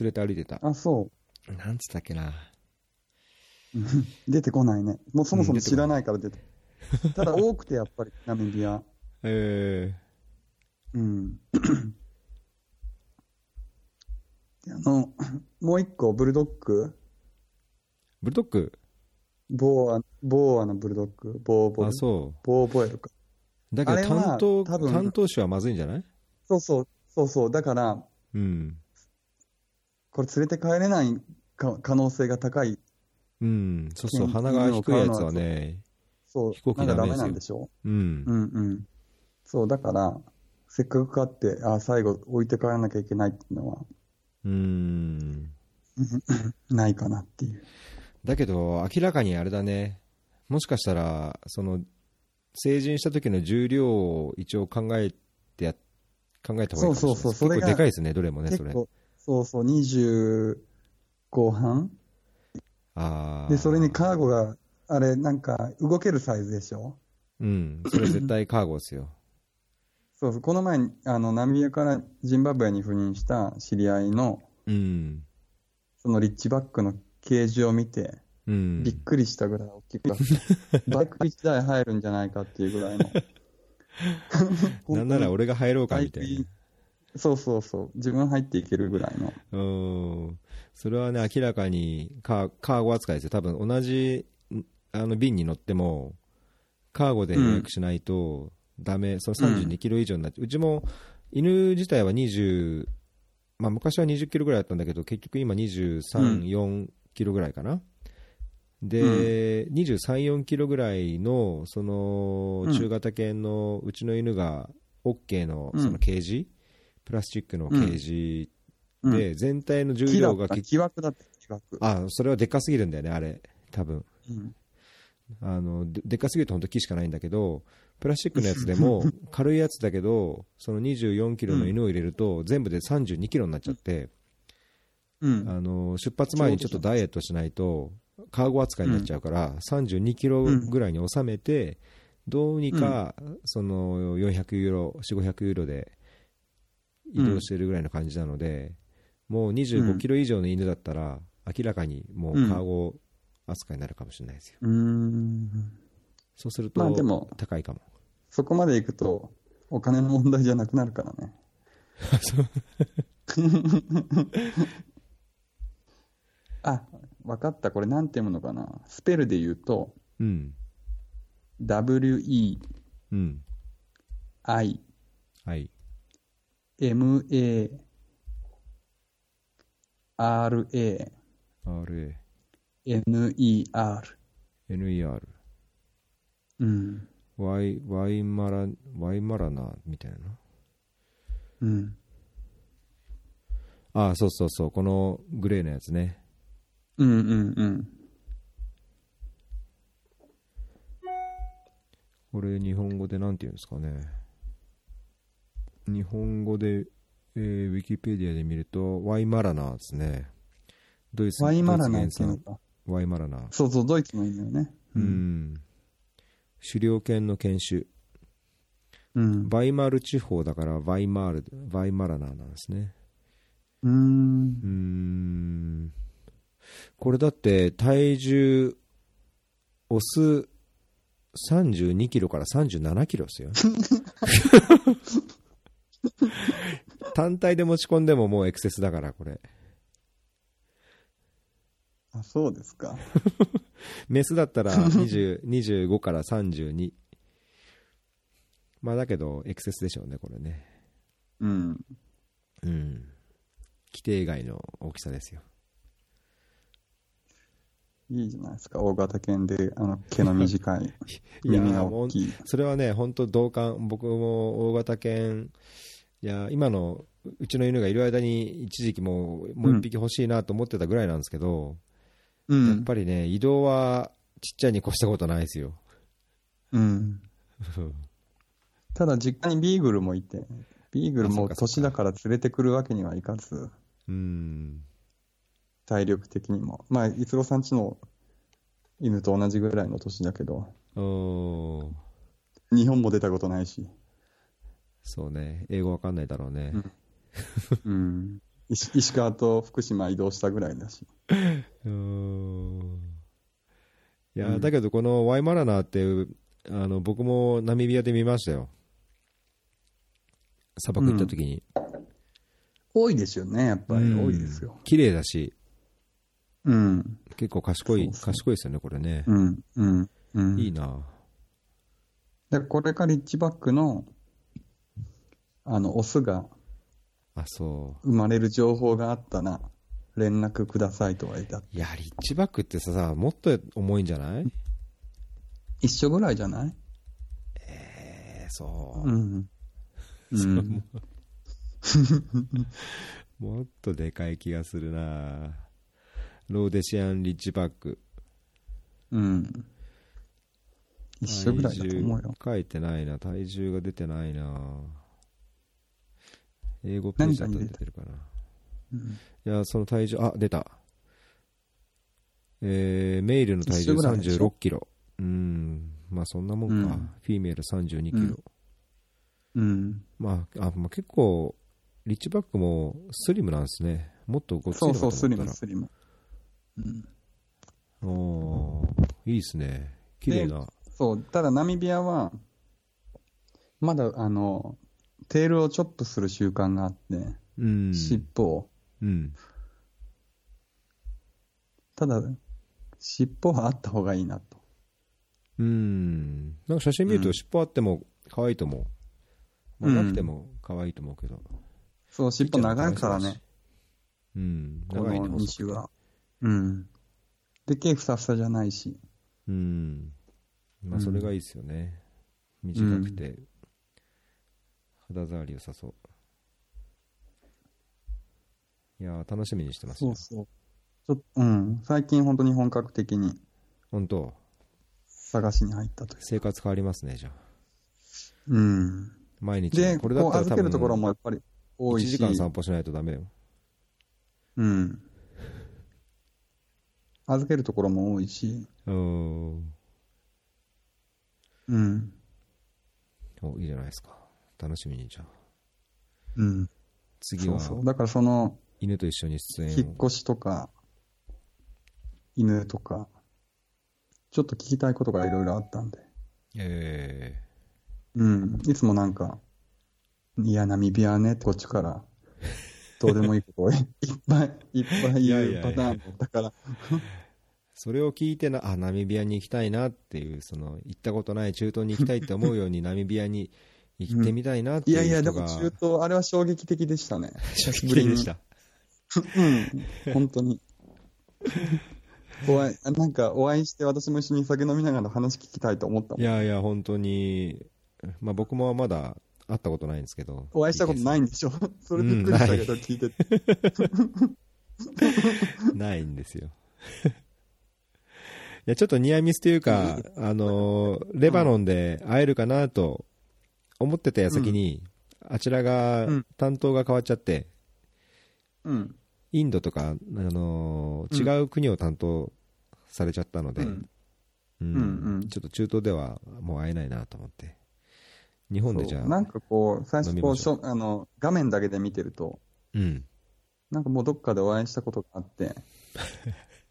Speaker 2: 連れて歩いてた。
Speaker 1: あ、そ
Speaker 2: なんつったっけな。
Speaker 1: う。出てこないね。もうそもそも
Speaker 2: うん出て
Speaker 1: 知
Speaker 2: こ
Speaker 1: ら
Speaker 2: ない
Speaker 1: ないから出 て。ただ多くてやっぱり、ナミビア。
Speaker 2: え
Speaker 1: うん。であの、もう一個、ブルドッグ。
Speaker 2: ブルドッグ
Speaker 1: ボーア、ボーアのブルドッグ。ボーボ
Speaker 2: あ、
Speaker 1: ル。
Speaker 2: そ
Speaker 1: ボーボエルか。
Speaker 2: う。だけど
Speaker 1: あれは
Speaker 2: 担当、
Speaker 1: 多分
Speaker 2: 担当手はまずいんじゃない
Speaker 1: そうそう、そうそう。だから、
Speaker 2: うん。
Speaker 1: これ連れて帰れないか可能性が高い。
Speaker 2: うん。そうそう、
Speaker 1: うん
Speaker 2: 鼻が低いやつはね、
Speaker 1: そう、
Speaker 2: 飛行機
Speaker 1: なんか
Speaker 2: ダ
Speaker 1: ダメ
Speaker 2: メですよ
Speaker 1: なんでしょ
Speaker 2: うん
Speaker 1: う。んうん。そう、だから、せっかく買って、あ最後置いて帰らなきゃいけないっていうのは、
Speaker 2: うん。
Speaker 1: ないかなっていう。
Speaker 2: だけど、明らかにあれだね。もしかしたら、その、成人した時の重量を一応考えてや、考えた方がいいかもしれない。
Speaker 1: そうそうそうそれが
Speaker 2: 結構でかいですね、どれもね、
Speaker 1: 結
Speaker 2: それ。
Speaker 1: 構、そうそう、20後半
Speaker 2: あー
Speaker 1: で、それにカーゴが、あれ、なんか、動けるサイズでしょ
Speaker 2: うん、それ絶対カーゴですよ。
Speaker 1: そうそう、この前に、あの、ナミビアからジンバブエに赴任した知り合いの、
Speaker 2: うん。
Speaker 1: そのリッチバックのケージを見て、
Speaker 2: うん。
Speaker 1: びっくりしたぐらい大き くなって、バイク1台入るんじゃないかっていうぐらいの。
Speaker 2: なんなら俺が入ろうかみたい
Speaker 1: 入
Speaker 2: な
Speaker 1: っ。そうそうそう、自分入っていけるぐらいの。
Speaker 2: うん。それはね、明らかにカーカーゴ扱いですよ。多分同じんあの便に乗っても、カーゴで予約しないとダメ。その32キロ以上になって、うちも犬自体は20、まあ昔は20キロぐらいだったんだけど、結局今23、
Speaker 1: うん
Speaker 2: 4キロぐらいかな。で、23、4キロぐらいの、その
Speaker 1: う、ん
Speaker 2: 中型犬のうちの犬が、OK の
Speaker 1: うん
Speaker 2: そのケージ、プラスチックのケージ
Speaker 1: うん、
Speaker 2: で、全体の重
Speaker 1: 木だ
Speaker 2: 量
Speaker 1: っ
Speaker 2: が
Speaker 1: た、
Speaker 2: 結
Speaker 1: 木枠だった、木枠。
Speaker 2: あ、それはでっかすぎるんだよね、あれ、多分
Speaker 1: うん
Speaker 2: あのででっかすぎると本当木しかないんだけど、プラスチックのやつで も、軽いやつだけど、その24キロの犬を入れると、全部で32キロになっちゃって、
Speaker 1: うん。
Speaker 2: あの、出発前にちょっとダイエットしないと、カーゴ扱いになっちゃうから、32キロぐらいに収めて、どうにか、その400ユーロ、4、500ユーロで移動してるぐらいの感じなので、もう25キロ以上の犬だったら、明らかにもうカーゴ扱いになるかもしれないですよ。
Speaker 1: うーん。
Speaker 2: そうする
Speaker 1: まあで
Speaker 2: と
Speaker 1: も、
Speaker 2: 高いかも。
Speaker 1: そこまで行くと、お金の問題じゃなくなるからね。あ、わかった。これなんて読むのかな。スペルで言うと、
Speaker 2: うん。うん。
Speaker 1: W-E-I-M-A-N-G
Speaker 2: はい。
Speaker 1: R-A
Speaker 2: RA、
Speaker 1: N-E-R
Speaker 2: NER、
Speaker 1: うん
Speaker 2: ワイ、ワイマラ、ワイマラナみたいな。
Speaker 1: うん
Speaker 2: ああ、そうそうそう。このグレーのやつね。
Speaker 1: うんうんうん
Speaker 2: これ日本語でなんて言うんですかね日本語で、えーウィキペディアで見るとワイマラナーですねドイツ
Speaker 1: ワイマラナ
Speaker 2: ド
Speaker 1: ン
Speaker 2: イ
Speaker 1: っ
Speaker 2: ツ
Speaker 1: ていう
Speaker 2: 原
Speaker 1: の
Speaker 2: 産
Speaker 1: か
Speaker 2: ワイマラナー
Speaker 1: そうそうドイツの犬よね
Speaker 2: うん、狩猟犬の犬種
Speaker 1: うん
Speaker 2: バイマル地方だからバイマールバイマラナーなんですね
Speaker 1: うん
Speaker 2: うーんこれだって体重オス32キロから37キロですよ単体で持ち込んでももうエクセスだからこれ
Speaker 1: あそうですか
Speaker 2: メスだったら20 25から32まあだけどエクセスでしょうねこれね
Speaker 1: うん
Speaker 2: うん規定外の大きさですよ
Speaker 1: いいじゃないですか大型犬であの毛の短い
Speaker 2: いやー
Speaker 1: 耳が大きい
Speaker 2: それはね、本当同感、僕も大型犬、いや、今のううちの犬がいる間に、一時期もう、もう一匹欲しいなと思ってたぐらいなんですけど、
Speaker 1: う
Speaker 2: やっ
Speaker 1: ん
Speaker 2: ぱりね、移動はちっちゃいに越したことないですよ。
Speaker 1: うんただ実家にビーグルもいてビーグル
Speaker 2: あそっ
Speaker 1: も
Speaker 2: かそっか
Speaker 1: 年だから連れてくるわけにはいかず
Speaker 2: うん、
Speaker 1: 体力的にもまあ逸郎さんちの犬と同じぐらいの年だけど
Speaker 2: おー
Speaker 1: 日本も出たことないし、
Speaker 2: そうね、英語わかんないだろうね。
Speaker 1: うん、石石川と福島移動したぐらいだし
Speaker 2: うんいや、だけど、このワイマラナーっていうあの、僕もナミビアで見ましたよ。砂漠行った時に。
Speaker 1: 多いですよねやっぱり多いですよ
Speaker 2: うん綺麗だし、
Speaker 1: うん
Speaker 2: 結構賢い、
Speaker 1: そうそう
Speaker 2: 賢いですよね、これね。
Speaker 1: うんうんうん
Speaker 2: いいな
Speaker 1: でこれがリッチバックのあのオスが
Speaker 2: あ、そう。
Speaker 1: 生まれる情報があったら連絡くださいとは言った
Speaker 2: いや、リッチバックってさ、さもっと重いんじゃない
Speaker 1: 一緒ぐらいじゃない
Speaker 2: えー、そうう。
Speaker 1: ん、うん、
Speaker 2: もっとでかい気がするなローデシアンリッチバック。
Speaker 1: うん一緒ぐらいだと思うよ
Speaker 2: 体重書いてないな、体重が出てないな英語ペー
Speaker 1: 何
Speaker 2: ジ
Speaker 1: か
Speaker 2: だ
Speaker 1: に
Speaker 2: と
Speaker 1: 出
Speaker 2: 出
Speaker 1: た
Speaker 2: てるかな。
Speaker 1: うん
Speaker 2: いや、その体重、あ、出た。えー、メイルの体重
Speaker 1: 一緒ぐらいでし
Speaker 2: 36
Speaker 1: ょ
Speaker 2: キロ。うん、まあそんなもんか。
Speaker 1: うん
Speaker 2: フィメール32キロ。
Speaker 1: うんうん
Speaker 2: まあ、あまあ、結構、リッチバックもスリムなんですね。もっとごっつい
Speaker 1: そ
Speaker 2: の
Speaker 1: う
Speaker 2: か
Speaker 1: そう
Speaker 2: と
Speaker 1: スリ
Speaker 2: 思った
Speaker 1: ム
Speaker 2: ら
Speaker 1: スリム、うん、
Speaker 2: おーいいですね。綺麗な。
Speaker 1: そう、ただナミビアは、まだあの、テールをチョップする習慣があって、
Speaker 2: うん。
Speaker 1: 尻尾を。
Speaker 2: うん。
Speaker 1: ただ、尻尾はあった方がいいなと。
Speaker 2: うん。なんか写真見る
Speaker 1: う
Speaker 2: と
Speaker 1: ん
Speaker 2: 尻尾あっても可愛いと思う。ま
Speaker 1: うん
Speaker 2: あ、なくても可愛いと思うけど。
Speaker 1: そう、尻尾長いからね、。
Speaker 2: うん。
Speaker 1: こ
Speaker 2: 長い
Speaker 1: の
Speaker 2: ね。
Speaker 1: 2種は。うん。で、毛ふさふさじゃないし。
Speaker 2: うん。まあ、それがいいですよね。短くて、肌触り良さそう。いやー楽しみにしてます
Speaker 1: そ
Speaker 2: よ
Speaker 1: う。そう。ちょっと、うん。最近本当に本格的に
Speaker 2: 本当
Speaker 1: 探しに入ったという。
Speaker 2: 生活変わりますね、じゃあ。
Speaker 1: うん。
Speaker 2: 毎日。
Speaker 1: で、
Speaker 2: こ
Speaker 1: こ
Speaker 2: れだった
Speaker 1: う
Speaker 2: ら多
Speaker 1: 預けるところ
Speaker 2: 分、
Speaker 1: もやっぱり多
Speaker 2: 1
Speaker 1: いし。
Speaker 2: 時間散歩しないとダメよ。
Speaker 1: うん。預けるところも多いし、
Speaker 2: うーん。
Speaker 1: うん。
Speaker 2: お、いいじゃないですか。楽しみに、じゃあ。
Speaker 1: うん。
Speaker 2: 次
Speaker 1: そ
Speaker 2: は
Speaker 1: う、そう。だからその、
Speaker 2: 犬と一緒に出
Speaker 1: 引
Speaker 2: 演
Speaker 1: っ
Speaker 2: を。
Speaker 1: 越しとか、犬とか、ちょっと聞きたいことがいろいろあったんで。
Speaker 2: え
Speaker 1: うん。いつもなんか、いや、ナミビアはね、こっちから、どうでもいいことをいっぱいいっぱい
Speaker 2: い
Speaker 1: 言
Speaker 2: やいや
Speaker 1: う
Speaker 2: いや
Speaker 1: パターンだから、
Speaker 2: それを聞いてなあナミビアに行きたいなっていうその行ったことない中東に行きたいって思うよ うにナミビアに行ってみたいなって
Speaker 1: い
Speaker 2: いう
Speaker 1: やいや、で
Speaker 2: 人
Speaker 1: も
Speaker 2: が
Speaker 1: 中東、あれは衝撃的でした ね。
Speaker 2: 衝撃的でした
Speaker 1: うん、本当に。お会い、あなんかお会いして私も一緒に酒飲みながら話聞きたいと思った
Speaker 2: い
Speaker 1: もん。
Speaker 2: やいや本当にまあ僕もまだ会ったことないんですけど
Speaker 1: お会いしたことないいんでしょ それびっくりしたけど聞いてて。
Speaker 2: ないんですよ いやちょっとニアミスというか、あのレバノンで会えるかなと思ってた矢先に、あちらが
Speaker 1: うん
Speaker 2: 担当が変わっちゃって、
Speaker 1: うん。
Speaker 2: インドとか、あの違う国を担当されちゃったので、
Speaker 1: う
Speaker 2: うん
Speaker 1: ん。うんうん
Speaker 2: ちょっと中東ではもう会えないなと思って日本でじゃ
Speaker 1: そう
Speaker 2: あ
Speaker 1: なんかこう、最初
Speaker 2: 飲み
Speaker 1: こ
Speaker 2: ま
Speaker 1: う
Speaker 2: しょ
Speaker 1: しょあの、画面だけで見てると、
Speaker 2: うん
Speaker 1: なんかもうどっかでお会いしたことがあ って、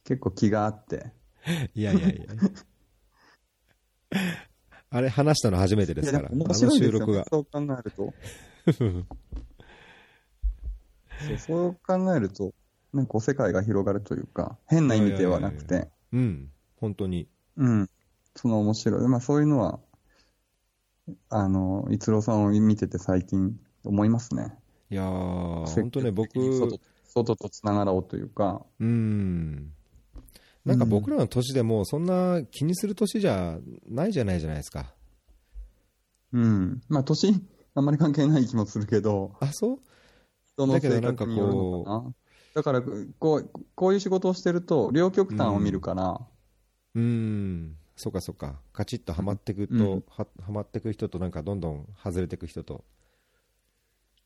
Speaker 1: 結構気があって。
Speaker 2: いやいやいや。 あれ、話したの初めてですから、
Speaker 1: いやでも面
Speaker 2: あ
Speaker 1: 白
Speaker 2: の
Speaker 1: い
Speaker 2: 収
Speaker 1: ですよ
Speaker 2: 録
Speaker 1: ね
Speaker 2: が。。
Speaker 1: そう考えると。そうそう考えると、なんかこう世界が広がるというか、変な意味ではなく
Speaker 2: いやいやいやい
Speaker 1: て、
Speaker 2: うん、本当に。
Speaker 1: うん。その面白い。まあそういうのは、あの、逸郎さんを見てて最近思いますね。
Speaker 2: いやー、本当ね、僕、
Speaker 1: 外外とつながろうというか、
Speaker 2: うん。なんか僕らの年でも、そんな気にする年じゃないじゃないじゃないですか。
Speaker 1: うん。まあ年、あんまり関係ない気もするけど、
Speaker 2: あ、そう
Speaker 1: 人の性格による
Speaker 2: だけどなん
Speaker 1: の
Speaker 2: か
Speaker 1: かな。だからこう、こういう仕事をしてると、両極端を見るから、
Speaker 2: うん、そうかそうか。カチッとハマってくと、
Speaker 1: うん
Speaker 2: はハマってく人と、なんかどんどん外れてく人と。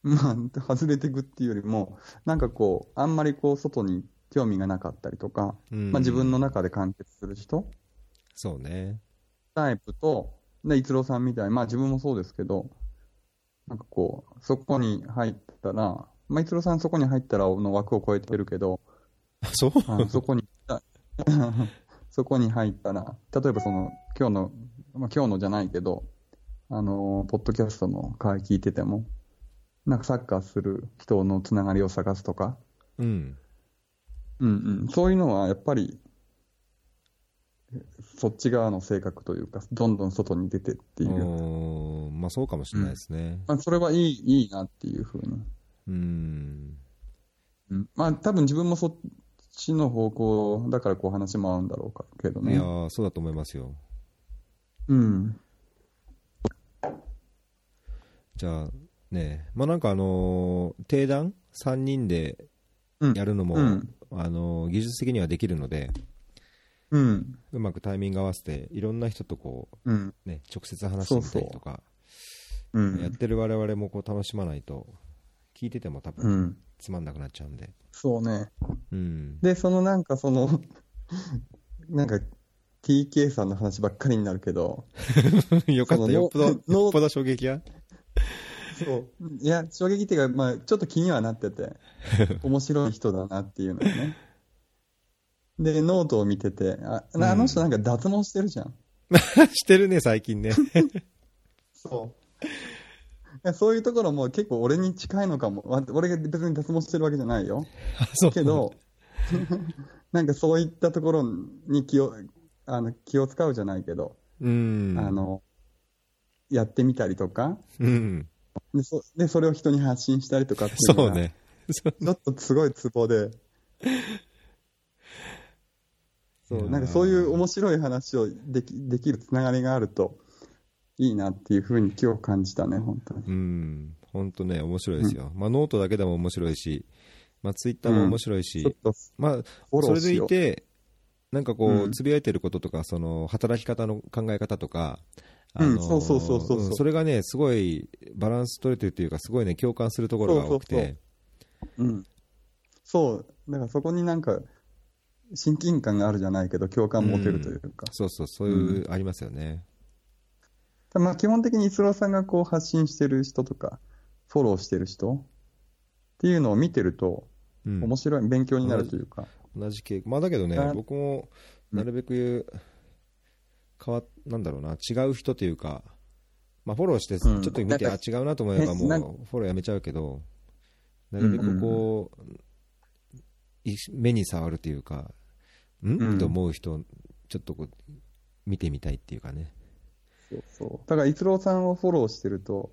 Speaker 1: まあ、外れていくっていうよりも、なんかこう、あんまりこう、外に興味がなかったりとか、
Speaker 2: うん
Speaker 1: まあ自分の中で完結する人、
Speaker 2: そうね。
Speaker 1: タイプと、で、逸郎さんみたいに、まあ自分もそうですけど、なんかこう、そこに入ったら、まあ逸郎さんそこに入ったらの枠を超えてるけど、
Speaker 2: あそう
Speaker 1: あのそこに、 あそこに入ったら、例えばその、今日の、まあ、今日のじゃないけど、あのー、ポッドキャストの回聞いてても、なんかサッカーする人のつながりを探すとか、
Speaker 2: うん。
Speaker 1: うんうん、そういうのはやっぱり、そっち側の性格というか、どんどん外に出てっていう、
Speaker 2: おーまあそうかもしれないですね。
Speaker 1: まあ、それはいいいいなっていうふうに、
Speaker 2: うん
Speaker 1: うん、まあ多分自分もそっちの方向だからこう話も合うんだろうけど
Speaker 2: い
Speaker 1: ね
Speaker 2: や。ーそうだと思いますよ
Speaker 1: うん
Speaker 2: じゃあねまあなんかあのー定談3人でやるのも、
Speaker 1: うん
Speaker 2: あのー技術的にはできるので
Speaker 1: うん
Speaker 2: うまくタイミング合わせていろんな人とこ
Speaker 1: うん
Speaker 2: う、ね、直接話してみたりとか
Speaker 1: う
Speaker 2: やっ
Speaker 1: ん
Speaker 2: てる我々もこう楽しまないと聞いてても多
Speaker 1: う
Speaker 2: 分
Speaker 1: ん
Speaker 2: つまんなくなっちゃうんで、
Speaker 1: そうね。
Speaker 2: うん、
Speaker 1: で、そのなんかその、 なんか TK さんの話ばっかりになるけど、
Speaker 2: よかっ
Speaker 1: そ
Speaker 2: た
Speaker 1: の
Speaker 2: よっぽどよ
Speaker 1: 脳
Speaker 2: っぽど衝撃や
Speaker 1: そう。いや、衝撃っていうか、まあ、ちょっと気にはなって て、面白い人だなっていうのがね。で、ノートを見てて、あなあの人なんか脱毛してるじゃん。
Speaker 2: してるね最 近ね
Speaker 1: そう。いやそう いうところも結構俺に近いのかも。わ俺が別に脱毛してるわけじゃないよ。
Speaker 2: あそう
Speaker 1: け ど、 なんかそういったところに気を、あの気を使うじゃないけど、
Speaker 2: うん
Speaker 1: あの、やってみたりとか、
Speaker 2: うん
Speaker 1: でそでそれを人に発信したりとかっていうの
Speaker 2: そ
Speaker 1: が
Speaker 2: う ね
Speaker 1: ちょっとすごいツボで。そ
Speaker 2: いやー
Speaker 1: う、なんかそういう面白い話をできできるつながりがあるといいなっていうふうに今日感じたね、本当に。
Speaker 2: うん、本当ね、面白いですよ、まあ、ノートだけでも面白いし、まあ、ツイッターも面白いし、
Speaker 1: ちょっと
Speaker 2: まあ、
Speaker 1: フォロ
Speaker 2: そ
Speaker 1: ー
Speaker 2: れで
Speaker 1: し
Speaker 2: い
Speaker 1: よう。
Speaker 2: て、なんかこう、
Speaker 1: うん
Speaker 2: つぶやいてることとか、その働き方の考え方とか、
Speaker 1: うん
Speaker 2: ー
Speaker 1: そうそうそうそうそうん
Speaker 2: それがね、すごいバランス取れてるというか、すごいね、共感するところが多く
Speaker 1: そうそうそ
Speaker 2: て、
Speaker 1: うん。そう、だからそこになんか親近感があるじゃないけど、共感持てるというか。
Speaker 2: そうそう、そういう、ありますよね。
Speaker 1: まあ基本的に逸郎さんがこう発信してる人とか、フォローしてる人っていうのを見てると、
Speaker 2: うん
Speaker 1: 面白い、勉強になるというか。
Speaker 2: 同じ傾向、まあ、だけどね
Speaker 1: あ、
Speaker 2: 僕もなるべく変わっなんだろうな、違う人というか、まあ、フォローして、ちょっと見て、
Speaker 1: うん
Speaker 2: あ、違うなと思えば、も
Speaker 1: なんか
Speaker 2: う、フォローやめちゃうけど、なるべくこう、い目に触るというか、ん、
Speaker 1: うん
Speaker 2: と思う人、ちょっとこう、見てみたいっていうかね。
Speaker 1: そうそう。だから、逸郎さんをフォローしてると、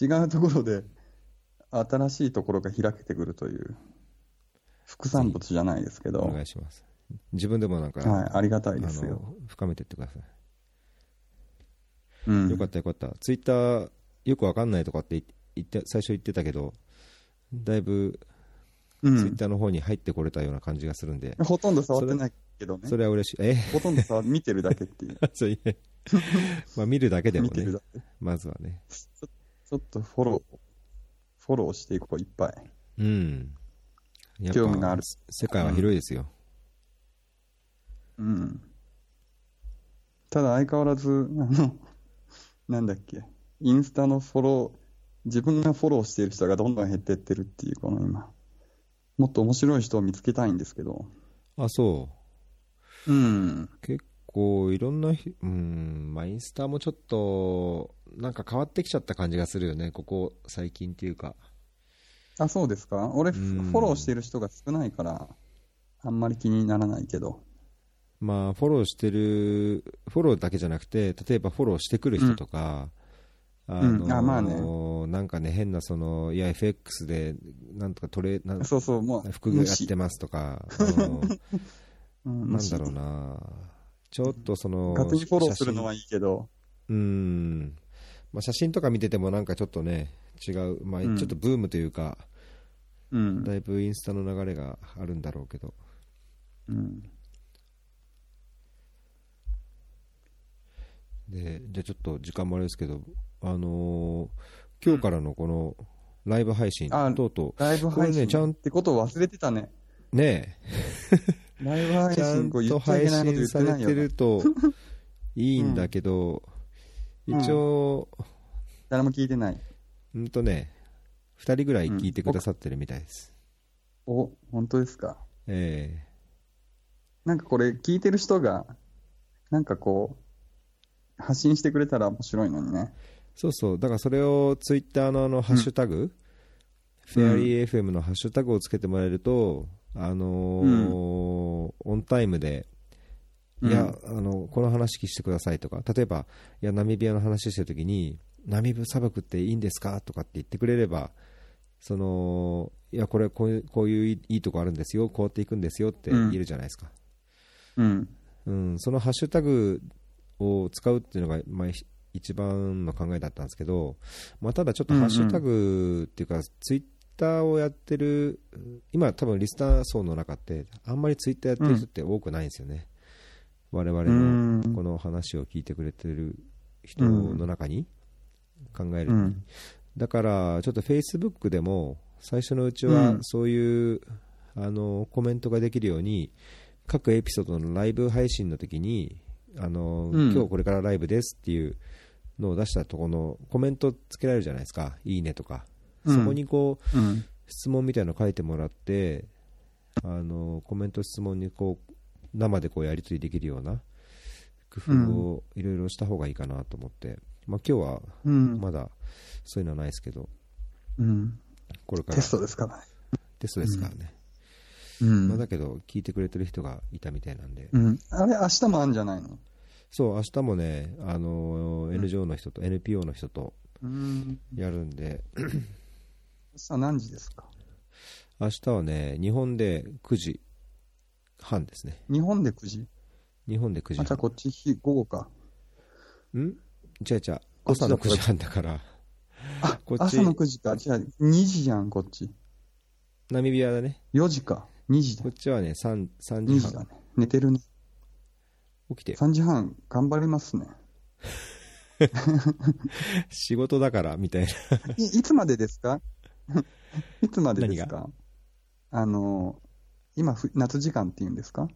Speaker 1: 違うところで新しいところが開けてくるという、副産物じゃないですけど、
Speaker 2: お
Speaker 1: は
Speaker 2: 願
Speaker 1: い、
Speaker 2: いします。自分でもなんか、
Speaker 1: ありがた
Speaker 2: あ
Speaker 1: いですよ。
Speaker 2: の、深めてってください。
Speaker 1: うん、
Speaker 2: よかったよかった、ツイッターよくわかんないとかって言って最初言ってたけど、だいぶ
Speaker 1: う
Speaker 2: ツイッ
Speaker 1: ん、
Speaker 2: ターの方に入ってこれたような感じがするんで、
Speaker 1: ほとんど触ってないけどね
Speaker 2: そ。れは嬉しい、え
Speaker 1: ほとんど触見てるだけっていう。
Speaker 2: そ ういえまあ見るだけでも
Speaker 1: 見て
Speaker 2: ね
Speaker 1: る、だけ。
Speaker 2: まずはね、
Speaker 1: ちょっとフォロー、フォローしていこう、いっぱい。
Speaker 2: うん、やっぱ
Speaker 1: 興味のある
Speaker 2: 世界は広いですよ、
Speaker 1: うん。ただ相変わらず、あの、なんだっけ、インスタのフォロー、自分がフォローしている人がどんどん減ってってるっていう、この今。もっと面白い人を見つけたいんですけど。
Speaker 2: あそ
Speaker 1: うん。
Speaker 2: う、結構いろんなひ、うん、まあ、インスタもちょっと、なんか変わってきちゃった感じがするよね、ここ最近っていうか、
Speaker 1: あ、そうですか俺、フ
Speaker 2: うん
Speaker 1: ォローしている人が少ないから、あんまり気にならないけど。
Speaker 2: まあ、フォローしてる、フォローだけじゃなくて、例えばフォローしてくる人とか、あの
Speaker 1: うんあまあ
Speaker 2: なんかね、変な、その、いや、FX で、なんとかトレ、なん
Speaker 1: そうそう、もう、
Speaker 2: 副業やってますとか、あの
Speaker 1: うん、
Speaker 2: なん
Speaker 1: 無
Speaker 2: だろう
Speaker 1: 視
Speaker 2: な、ちょっとその、
Speaker 1: 勝手にフォローするのはいいけど、
Speaker 2: 写真うん、まあ、写真とか見てても、なんかちょっとね、違う、まあ、ち
Speaker 1: う
Speaker 2: ょ
Speaker 1: ん
Speaker 2: っとブームというか、
Speaker 1: うん。
Speaker 2: だいぶインスタの流れがあるんだろうけど、
Speaker 1: うん。
Speaker 2: でじゃあちょっと時間もあれですけど、あのー今日からのこのライブ配信、
Speaker 1: あ
Speaker 2: とうと
Speaker 1: ライブ配
Speaker 2: これね
Speaker 1: 信
Speaker 2: ちゃん
Speaker 1: ってことを忘れてたね。
Speaker 2: う、ね
Speaker 1: ライブ
Speaker 2: え
Speaker 1: 配
Speaker 2: ちゃ
Speaker 1: 信
Speaker 2: ん
Speaker 1: こう言
Speaker 2: と
Speaker 1: っちゃい
Speaker 2: 配
Speaker 1: けないこと言
Speaker 2: 信
Speaker 1: って
Speaker 2: され
Speaker 1: ないよ
Speaker 2: て
Speaker 1: ね
Speaker 2: る。といいんだけど、
Speaker 1: うん
Speaker 2: 一応、
Speaker 1: 誰も聞いてない。
Speaker 2: うんとね、2人ぐらい聞いてくださってるみたいです。
Speaker 1: お、本当ですか。
Speaker 2: え
Speaker 1: なんかこれ聞いてる人が、なんかこう、発信してくれたら面白いのにね。
Speaker 2: えそうそう、だからそれをツイッターのあのハッシュタグ、フェアリー FM のハッシュタグをつけてもらえると、あのーオンタイムでいや、あのこの話してくださいとか、例えば、いや、ナミビアの話してるときに、ナミブ砂漠っていいんですかとかって言ってくれれば、そのいや、これこういう、こういういいいいとこあるんですよ、こうやっていくんですよって言えるじゃないですか、
Speaker 1: うん。
Speaker 2: うんそのハッシュタグを使うっていうのが、まあ、ひ一番の考えだったんですけど、まあ、ただちょっと
Speaker 1: うんうん
Speaker 2: ハッシュタグっていうか、ツイッターをやってる、今、多分リスナー層の中って、あんまりツイッターやってる人って多くないんですよね、我々
Speaker 1: う
Speaker 2: の
Speaker 1: ん。
Speaker 2: この話を聞いてくれてる人の中に考える、
Speaker 1: うん。
Speaker 2: だからちょっと Facebook でも最初のうち
Speaker 1: う
Speaker 2: は
Speaker 1: ん
Speaker 2: そういう、あのコメントができるように各エピソードのライブ配信の時にあの、
Speaker 1: うん
Speaker 2: 今日これからライブですっていうのを出したところのコメントつけられるじゃないですかいいねとか、
Speaker 1: うん
Speaker 2: そこにこう
Speaker 1: うん。
Speaker 2: 質問みたいなの書いてもらってあのコメント質問にこう生でこうやり取りできるような工夫をいろいろした方がいいかなと思って、まあ、今日は
Speaker 1: うん。
Speaker 2: まだそういうのはないですけど
Speaker 1: うん。
Speaker 2: これから
Speaker 1: テストですからね。
Speaker 2: テストですからね、
Speaker 1: う
Speaker 2: まあ、だ
Speaker 1: ん。
Speaker 2: けど聞いてくれてる人がいたみたいなんで、
Speaker 1: うん。あれ、明日もあるんじゃないの
Speaker 2: そう明日もね、あのー NGO の人と NPO の人と
Speaker 1: うん。
Speaker 2: やるんで
Speaker 1: 明日何時ですか
Speaker 2: 明日はね日本で9時半ですね
Speaker 1: 日本で9時
Speaker 2: 日本で9時
Speaker 1: あ、じゃあ
Speaker 2: 半
Speaker 1: こっち日午後か。
Speaker 2: ん違う違う朝の9時半だから
Speaker 1: あ
Speaker 2: こっ、ち
Speaker 1: 朝の9時か。じゃあ2時じゃん、こっち。
Speaker 2: ナミビアだね
Speaker 1: 4時か。2時だ
Speaker 2: こっ。ちはね 3, 3
Speaker 1: 2
Speaker 2: 時
Speaker 1: 時だ
Speaker 2: 半
Speaker 1: ね。寝てるね。
Speaker 2: 起きて
Speaker 1: 3時半、頑張りますね。
Speaker 2: 仕事だからみたいない
Speaker 1: いつまでです かいつまでですかあの、今ふ、夏時間って言うんですか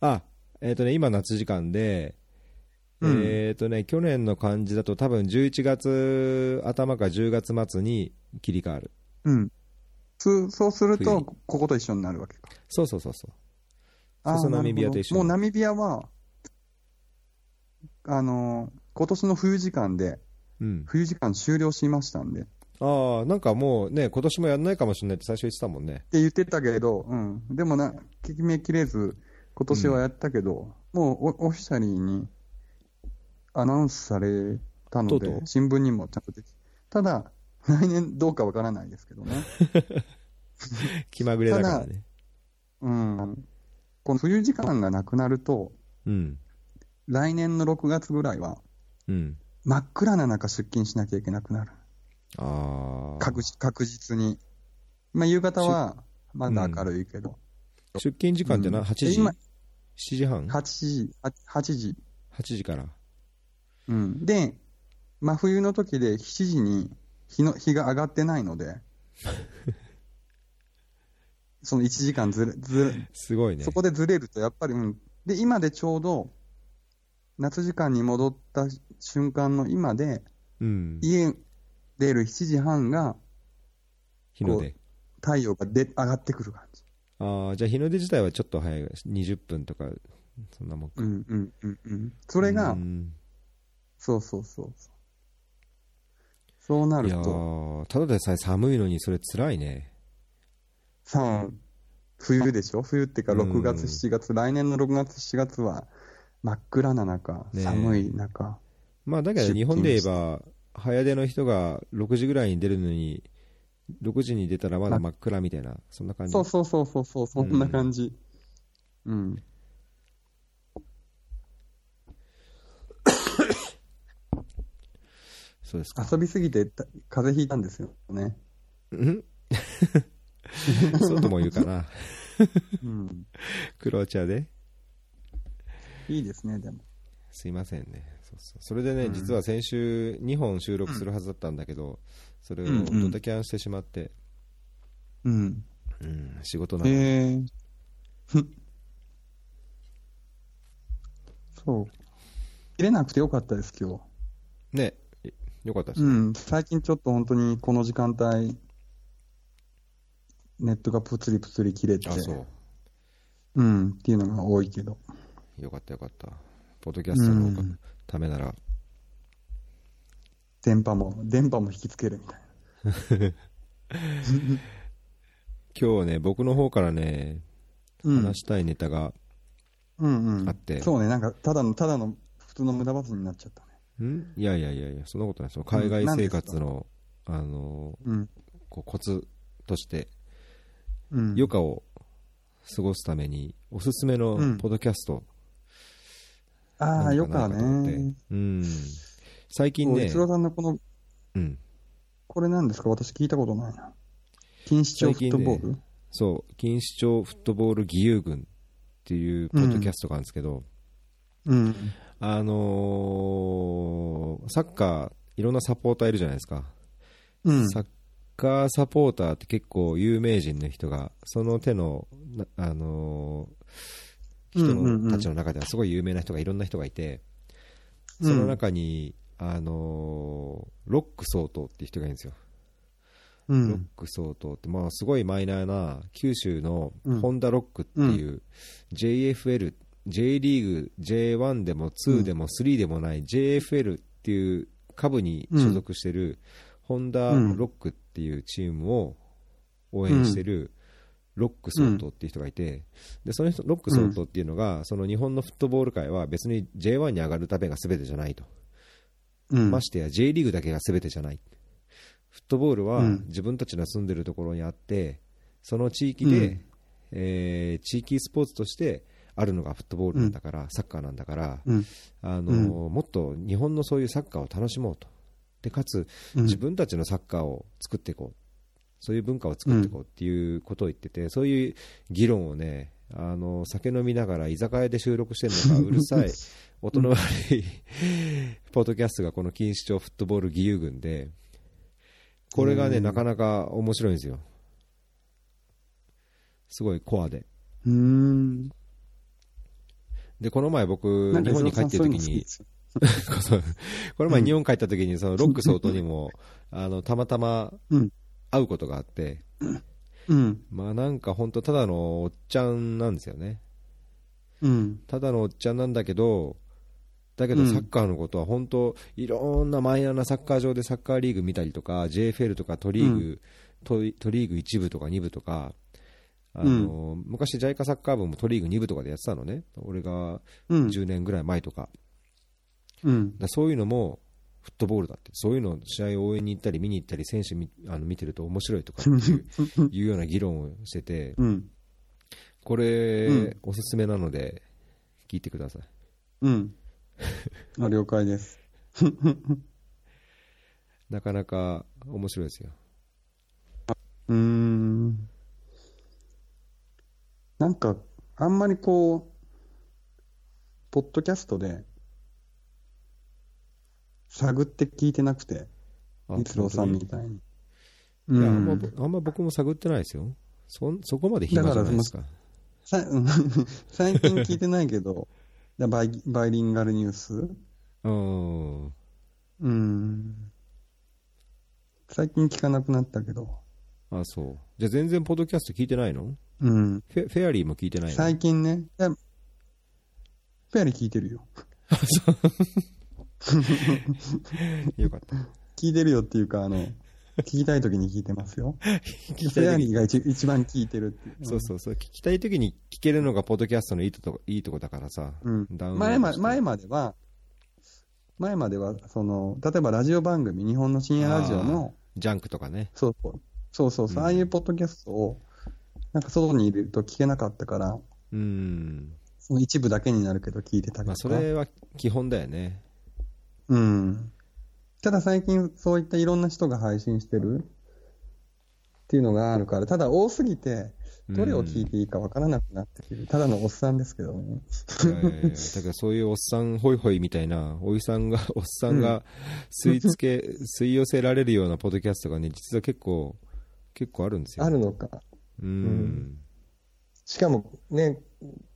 Speaker 2: あえっ、とね今夏時間で、
Speaker 1: うん
Speaker 2: えっ、とね去年の感じだと多分11月頭か10月末に切り替わる
Speaker 1: うん。すそうする
Speaker 2: 冬
Speaker 1: と、
Speaker 2: に
Speaker 1: こここと一緒になるわけか。
Speaker 2: そうそうそうそう
Speaker 1: あー
Speaker 2: そうそう
Speaker 1: なるほど
Speaker 2: ナミビアと一緒に
Speaker 1: もうナミビアは、あの、今年の冬時間で、
Speaker 2: うん、
Speaker 1: 冬時間終了しましたんで。っ
Speaker 2: ああ、なんかもうね、今年もやんないかもしれないって最初言ってたもんね。
Speaker 1: て言ってたけど、うん。でもな、決めきれず、今年はやったけど、もうオオフィシャリーにアナウンスされたの
Speaker 2: とうと
Speaker 1: で、
Speaker 2: う
Speaker 1: 新聞にもちゃんと出て、ただ、来年どうかわからないですけど ね。
Speaker 2: 気まぐれだからね。
Speaker 1: うん。この冬時間がなくなると、
Speaker 2: うん。
Speaker 1: 来年の6月ぐらいは、
Speaker 2: うん。
Speaker 1: 真っ暗な中出勤しなきゃいけなくなる。
Speaker 2: ああ。
Speaker 1: 確実確実に。まあ、夕方は、まだ明るいけど。
Speaker 2: 出勤時間ってな、
Speaker 1: うん
Speaker 2: 8時
Speaker 1: 今
Speaker 2: ?7 時半
Speaker 1: 8時、あ8時。
Speaker 2: ?8 時から。
Speaker 1: うん。で、真冬の時で7時に日の日が上がってないの で、その1時間ずれ、ずれ、
Speaker 2: すごいね
Speaker 1: そ。こでずれるとやっぱり、うん。で、今でちょうど、夏時間に戻った瞬間の今で、
Speaker 2: うん。
Speaker 1: 家出る7時半が
Speaker 2: 日の出。
Speaker 1: 太陽がで上がってくる感じ。
Speaker 2: ああ、じゃあ日の出自体はちょっと早い。20分とか、そんなもんか。
Speaker 1: うんうんうんうん。それが、
Speaker 2: うん
Speaker 1: そうそうそうそう。そうないる
Speaker 2: や
Speaker 1: と、
Speaker 2: ーただでさえ寒いのにそれ辛いね。
Speaker 1: さあ、冬でしょ冬っていうか
Speaker 2: うん
Speaker 1: 6月、7月、来年の6月、7月は真っ暗な中、
Speaker 2: ねえ
Speaker 1: 寒い中。
Speaker 2: まあだけど日本で言えば、早出の人が6時ぐらいに出るのに、6時に出たらまだ真っ暗みたいな、そんな感じ
Speaker 1: そうそうそうそうそう、そんな感じ。うん。
Speaker 2: そうですか。
Speaker 1: 遊びすぎてた風邪ひいたんですよね。
Speaker 2: んそうとも言うかな。
Speaker 1: うん。
Speaker 2: クロアチアで。
Speaker 1: いいですね、でも。
Speaker 2: すいませんね。そうそうそれでね、
Speaker 1: うん
Speaker 2: 実は先週2本収録するはずだったんだけど、それを
Speaker 1: うんうん
Speaker 2: ドタキャンしてしまって、
Speaker 1: うん。
Speaker 2: うん、仕事なの。
Speaker 1: へえ。そう。切れなくてよかったです、今日。
Speaker 2: ね、よかったです
Speaker 1: う
Speaker 2: ね。
Speaker 1: ん、最近ちょっと本当にこの時間帯、ネットがぷつりぷつり切れて、
Speaker 2: あ、そ
Speaker 1: う
Speaker 2: う。
Speaker 1: ん、っていうのが多いけど。
Speaker 2: よかったよかった。ポッドキャストの方が
Speaker 1: うん
Speaker 2: ためなら、
Speaker 1: 電波も、電波も引きつけるみたい
Speaker 2: 今日ね、僕の方からね、
Speaker 1: な。
Speaker 2: 話したいネタが、
Speaker 1: うん、うん、うん。
Speaker 2: あって
Speaker 1: そうね、なんか、ただの、ただの、普通の無駄バスになっちゃったね。
Speaker 2: んいやいやいやいや、そんなことないですよ。海外生活の、あの、
Speaker 1: うん、
Speaker 2: こうコツとして、
Speaker 1: うん。
Speaker 2: 余暇を過ごすために、おすすめの
Speaker 1: うん
Speaker 2: ポッドキャスト、
Speaker 1: ああ、
Speaker 2: 何
Speaker 1: よ
Speaker 2: か
Speaker 1: か
Speaker 2: ないと思って
Speaker 1: ね。
Speaker 2: うん。最近
Speaker 1: こう
Speaker 2: ね、
Speaker 1: 逸郎さんのこの、
Speaker 2: うん、
Speaker 1: これなんですか私聞いたことないな。錦糸町フットボール、
Speaker 2: そう、錦糸町フットボール義勇軍っていうポッドキャストがあるんですけど、
Speaker 1: うん。
Speaker 2: あのーサッカー、いろんなサポーターいるじゃないですか。
Speaker 1: うん。
Speaker 2: サッカーサポーターって結構有名人の人が、その手の、なあのー人
Speaker 1: うんうんう
Speaker 2: の
Speaker 1: ん
Speaker 2: たちの中ではすごい有名な人がいろんな人がいて、
Speaker 1: うん
Speaker 2: その中に、あのーロック総統っていう人がいるんですよ。
Speaker 1: う
Speaker 2: ロッ
Speaker 1: ん。
Speaker 2: ク相当って、まあ、すごいマイナーな九州のホンダロックっていう JFL、J リーグ、J1 でも2でも3でもない JFL っていう下部に所属してるホンダロックっていうチームを応援してるロック相当っていう人がいて、でその人ロック相当っていうのが、その日本のフットボール界は別に J1 に上がるためが全てじゃないと。
Speaker 1: うん。
Speaker 2: ましてや J リーグだけが全てじゃない。フットボールは
Speaker 1: うん
Speaker 2: 自分たちの住んでるところにあって、その地域
Speaker 1: う
Speaker 2: で
Speaker 1: ん、
Speaker 2: えー地域スポーツとしてあるのがフットボールなんだから、サッカーなんだから、
Speaker 1: うん。
Speaker 2: あのーもっと日本のそういうサッカーを楽しもうと。で、かつ、
Speaker 1: うん
Speaker 2: 自分たちのサッカーを作っていこう。そういう文化を作っていこうっていうことを言ってて、そういう議論をね、あのー酒飲みながら居酒屋で収録してる のがうるさい、音の悪い、ポッドキャストがこの錦糸町フットボール義勇軍で、これがね、なかなか面白いんですよ。すごいコアで。
Speaker 1: うーん。
Speaker 2: で、この前僕、
Speaker 1: なん
Speaker 2: 日
Speaker 1: か
Speaker 2: 本に帰って
Speaker 1: そ
Speaker 2: る時
Speaker 1: ういうの好き
Speaker 2: に
Speaker 1: で、すよ
Speaker 2: そうこの前日本帰った時にそのロック相当にもあのたまたま
Speaker 1: うん。
Speaker 2: 会うことがあって
Speaker 1: うん。
Speaker 2: まあなんか本当ただのおっちゃんなんですよね
Speaker 1: うん。
Speaker 2: ただのおっちゃんなんだけどだけど
Speaker 1: うん
Speaker 2: サッカーのことは本当、いろんなマイナーなサッカー場でサッカーリーグ見たりとか、JFL とか都リーグ、都都リーグ1部とか2部とか、あの昔、ジャイカサッカー部も都リーグ2部とかでやってたのね、俺が
Speaker 1: うん。
Speaker 2: 10年ぐらい前とか、
Speaker 1: うん
Speaker 2: だか。らそういうのもフットボールだって、そういうの試合応援に行ったり、見に行ったり、選手見あの見てると面白いとかって いういうような議論をしてて、
Speaker 1: うん。
Speaker 2: これ、
Speaker 1: うん
Speaker 2: おすすめなので、聞いてください。
Speaker 1: うん。あ了解です。
Speaker 2: なかなか面白いですよ。
Speaker 1: うーん。なんか、あんまりこう、ポッドキャストで、探って聞いてなくて、
Speaker 2: あ
Speaker 1: 逸郎さんみたいに。
Speaker 2: いや
Speaker 1: う
Speaker 2: あんま
Speaker 1: ん。
Speaker 2: ぼあんま僕も探ってないですよ。そんそこまで暇じゃないですか。
Speaker 1: さうん最近聞いてないけど、だバイバイリンガルニュース
Speaker 2: うん。
Speaker 1: うん。最近聞かなくなったけど、
Speaker 2: あ、そう。じゃあ全然ポッドキャスト聞いてないの
Speaker 1: うん。
Speaker 2: フェフェアリーも聞いてないの
Speaker 1: 最近ね、いやフェアリー聞いてるよ。
Speaker 2: よかった。
Speaker 1: 聞いてるよっていうか、あ の、聞きたい時に聞いてますよ。
Speaker 2: き
Speaker 1: フ
Speaker 2: たい時に
Speaker 1: ェアリーが一一番聞いてるっていう。
Speaker 2: そうそうそう。聞きたいときに聞けるのがポッドキャストのいいとこいいとこだからさ。
Speaker 1: うん
Speaker 2: ダウンロ
Speaker 1: 前
Speaker 2: ード
Speaker 1: ま
Speaker 2: して
Speaker 1: 前までは、前までは、その、例えばラジオ番組、日本の深夜ラジオの、
Speaker 2: ジャンクとかね。
Speaker 1: そうそう、そうそうそう、
Speaker 2: うん
Speaker 1: ああいうポッドキャストを、なんか外にいると聞けなかったから、
Speaker 2: うん。
Speaker 1: その一部だけになるけど聞いてたりとか。
Speaker 2: まあそれは基本だよね。
Speaker 1: うん。ただ最近そういったいろんな人が配信してるっていうのがあるから、ただ多すぎて、どれを聞いていいかわからなくなってくる。ただのおっさんですけど ね。
Speaker 2: いやいやいやだからそういうおっさんホイホイみたいな、おじさんが、おっさんが吸い付け、 吸い寄せられるようなポッドキャストがね、実は結構、結構あるんですよ。
Speaker 1: あるのか。
Speaker 2: うん。
Speaker 1: んしかもね、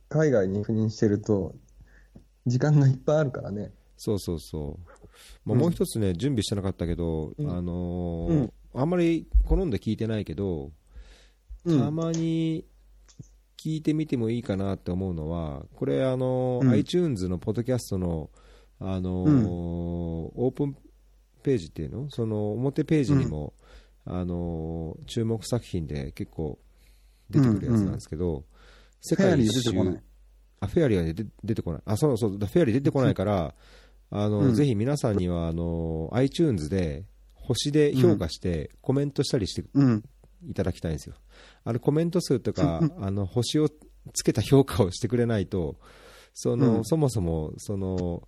Speaker 1: 海外に赴任してると、時間がいっぱいあるからね。
Speaker 2: そうそうそう。まあ、
Speaker 1: うん
Speaker 2: もう一つね、準備してなかったけど、
Speaker 1: うん
Speaker 2: あのー
Speaker 1: うん
Speaker 2: あんまり好んで聞いてないけど、
Speaker 1: う
Speaker 2: たまに聞いてみてもいいかなって思うのは、これ、あのー
Speaker 1: うん
Speaker 2: iTunes のポッドキャストの、あのー
Speaker 1: うん
Speaker 2: オープンページっていうの、その表ページにも、あのー注目作品で結構出てくるやつなんですけど、世
Speaker 1: フェア
Speaker 2: 界
Speaker 1: リ
Speaker 2: 一
Speaker 1: ー出
Speaker 2: 周
Speaker 1: てこない。
Speaker 2: あフェアリーは出て出てこない、あそうそう、フェアリー出てこないから、あの
Speaker 1: うん
Speaker 2: ぜひ皆さんにはあの iTunes で星で評価して、コメントしたりして
Speaker 1: うん。
Speaker 2: いただきたいんですよ。あのコメント数とか あの星をつけた評価をしてくれないと、その、
Speaker 1: うん
Speaker 2: そもそもその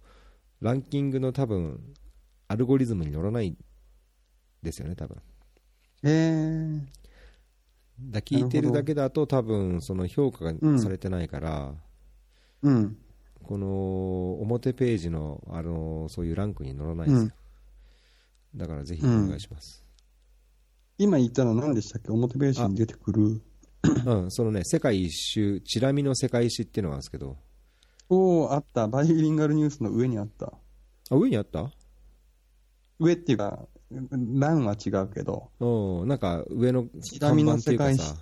Speaker 2: ランキングの多分アルゴリズムに乗らないですよね、多分。
Speaker 1: えー。
Speaker 2: だ聞いてるだけだと多分その評価
Speaker 1: う
Speaker 2: が
Speaker 1: ん
Speaker 2: されてないから。
Speaker 1: うん。
Speaker 2: この表ページの、あのそういうランクに乗らないんですよ、だからぜひお願いします、
Speaker 1: 今言ったの何でしたっけ表ページに出てくる。
Speaker 2: うんそのね世界一周チラ見の世界史っていうのがあるんですけど
Speaker 1: おー、あった。バイリンガルニュースの上にあった。
Speaker 2: あ上にあった
Speaker 1: 上っていうか、欄は違うけど。
Speaker 2: うんなんか上の
Speaker 1: チラ
Speaker 2: 看
Speaker 1: 見
Speaker 2: 板
Speaker 1: の
Speaker 2: って
Speaker 1: 世
Speaker 2: いうか
Speaker 1: 界史
Speaker 2: さ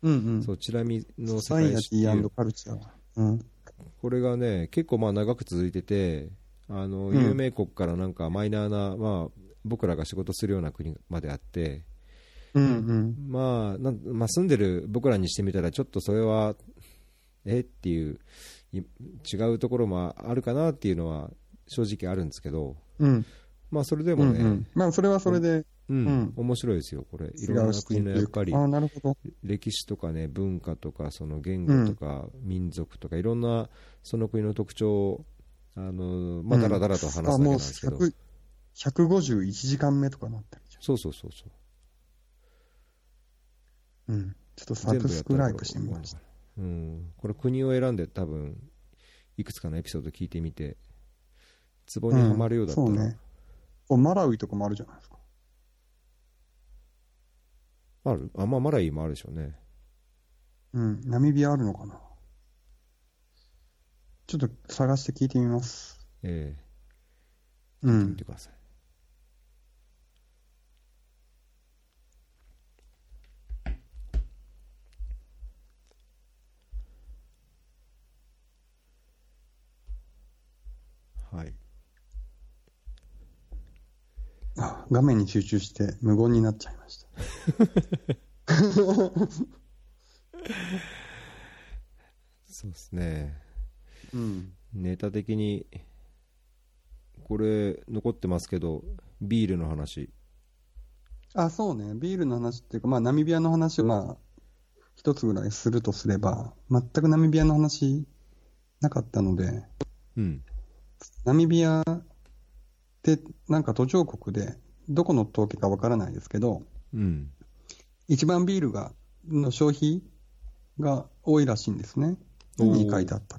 Speaker 1: うんうん。
Speaker 2: そうチラ見の
Speaker 1: ソ
Speaker 2: 世
Speaker 1: サイエ
Speaker 2: 界
Speaker 1: テ
Speaker 2: 史って
Speaker 1: ィ
Speaker 2: いう
Speaker 1: カルチャー。うん。
Speaker 2: これがね結構まあ長く続いててあの
Speaker 1: うん
Speaker 2: 有名国からなんかマイナーな、まあ、僕らが仕事するような国まであって
Speaker 1: うんうん。
Speaker 2: まあなんまあ、住んでる僕らにしてみたら、ちょっとそれは、えっていう、い違うところもあるかなっていうのは正直あるんですけど、
Speaker 1: うん。
Speaker 2: まあ、それでもね、
Speaker 1: う
Speaker 2: うん
Speaker 1: うんんまあ、それはそれでうん
Speaker 2: 面白いですよ、これ、い
Speaker 1: 違
Speaker 2: ろん
Speaker 1: う
Speaker 2: な
Speaker 1: 視点
Speaker 2: 国の
Speaker 1: とい
Speaker 2: やっ
Speaker 1: うか
Speaker 2: ぱり
Speaker 1: ああ、なるほど。
Speaker 2: 歴史とかね、文化とか、その言語とか、民族とか、いろんなその国の特徴を、あのまあ、
Speaker 1: うん
Speaker 2: だらだらと話
Speaker 1: あ、
Speaker 2: すだけなん
Speaker 1: もう
Speaker 2: ですけど、
Speaker 1: 100 151時間目とかなってるじ
Speaker 2: そうそうそうそ
Speaker 1: ゃ
Speaker 2: う、
Speaker 1: ん。うん。ちょっとサブスクライブしてみました。
Speaker 2: うん、これ国を選んで多分いくつかのエピソード聞いてみてツボにはまるようだったら、
Speaker 1: んそうね。おマラウイとかもあるじゃないですか。
Speaker 2: あるあまあマライもあるでしょうね
Speaker 1: うん。ナミビアあるのかなちょっと探して聞いてみます。
Speaker 2: え
Speaker 1: う
Speaker 2: え聞いてみ
Speaker 1: ん
Speaker 2: て。ください、
Speaker 1: あ画面に集中して無言になっちゃいました。
Speaker 2: そうですね
Speaker 1: うん。
Speaker 2: ネタ的にこれ残ってますけどビールの話
Speaker 1: あ、そうね。ビールの話っていうか、まあ、ナミビアの話を、まあ、一つぐらいするとすれば、全くナミビアの話なかったので、
Speaker 2: うん
Speaker 1: ナミビアってなんか途上国で、どこの統計かわからないですけど、
Speaker 2: うん
Speaker 1: 一番ビールが、の消費が多いらしいんですね。
Speaker 2: おー
Speaker 1: に書いてあった。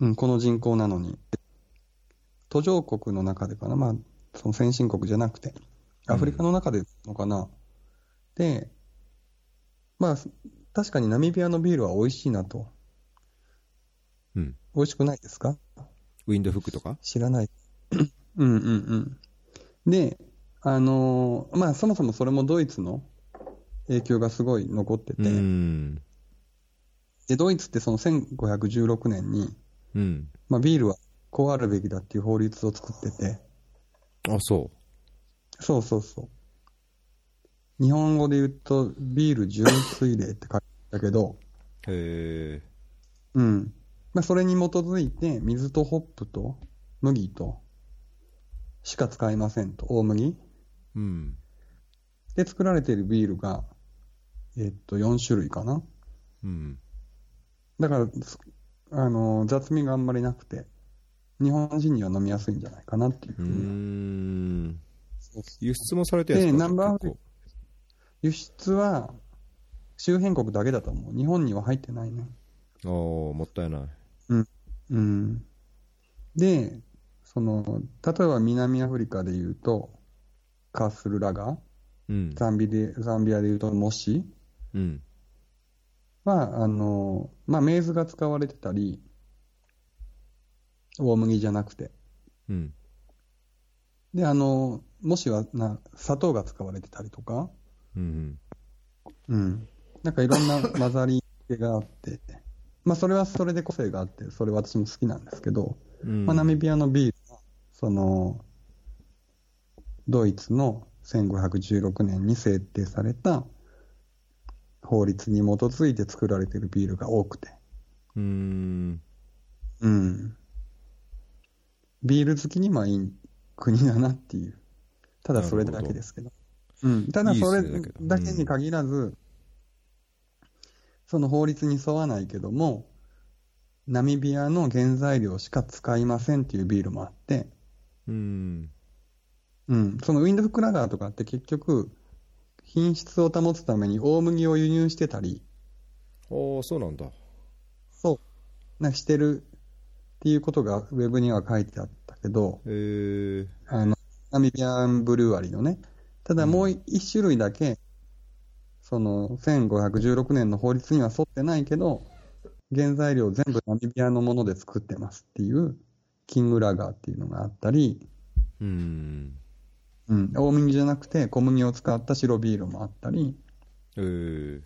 Speaker 1: うん、この人口なのに。途上国の中でかな、まあ、その先進国じゃなくて、アフリカの中でのかな。で、まあ、確かにナミビアのビールは美味しいなと。
Speaker 2: うん
Speaker 1: 美味しくないですか
Speaker 2: ウィンドフックとか
Speaker 1: 知らない。うんうんうん。で、あのーまあ、そもそもそれもドイツの影響がすごい残ってて、
Speaker 2: うん
Speaker 1: でドイツってその1516年に、
Speaker 2: うん
Speaker 1: まあ、ビールはこうあるべきだっていう法律を作ってて、
Speaker 2: あそ
Speaker 1: そうそうそう。日本語で言うと、ビール純粋令って書いてあったけど、
Speaker 2: うへえ
Speaker 1: うん。まあ、それに基づいて、水とホップと麦としか使いませんと、大麦。
Speaker 2: うん
Speaker 1: で作られているビールが、えっと、4種類かな。
Speaker 2: うん
Speaker 1: だから、すあのー雑味があんまりなくて、日本人には飲みやすいんじゃないかなっていうふ
Speaker 2: う
Speaker 1: うに。
Speaker 2: ん
Speaker 1: そうそう
Speaker 2: 輸出もされてるんです
Speaker 1: で
Speaker 2: か
Speaker 1: ナンバー
Speaker 2: 結構
Speaker 1: 輸出は、周辺国だけだと思う。日本には入ってないね。
Speaker 2: ああもったいない
Speaker 1: うん。で、その、例えば南アフリカで言うと、カッスルラガー、
Speaker 2: うん
Speaker 1: ザンビで、ザンビアで言うとモシ
Speaker 2: うん
Speaker 1: は、あのーまあ、メーズが使われてたり、大麦じゃなくて、
Speaker 2: うん
Speaker 1: で、あの、もしはな、砂糖が使われてたりとか、
Speaker 2: うん
Speaker 1: うん。なんかいろんな混ざり気があって、まあそれはそれで個性があって、それ私も好きなんですけど、
Speaker 2: うん
Speaker 1: まあナミビアのビールは、その、ドイツの1516年に制定された法律に基づいて作られているビールが多くて、
Speaker 2: うん
Speaker 1: うん。ビール好きにはいい国だなっていう。ただそれだけですけど。うん。ただそれ
Speaker 2: いいですねだけど
Speaker 1: だけに限らず、その法律に沿わないけども、ナミビアの原材料しか使いませんっていうビールもあって、
Speaker 2: うん
Speaker 1: うん。そのウィンドフックラガーとかって結局、品質を保つために大麦を輸入してたり、
Speaker 2: ああそうなんだ
Speaker 1: そう、なしてるっていうことがウェブには書いてあったけど、
Speaker 2: へえ
Speaker 1: あの、ナミビアンブルワリーのね。ただもう一種類だけ、その、1516年の法律には沿ってないけど、原材料全部ナミビアのもので作ってますっていう、キングラガーっていうのがあったり、
Speaker 2: うん
Speaker 1: うん、大麦じゃなくて小麦を使った白ビールもあったり、
Speaker 2: えー、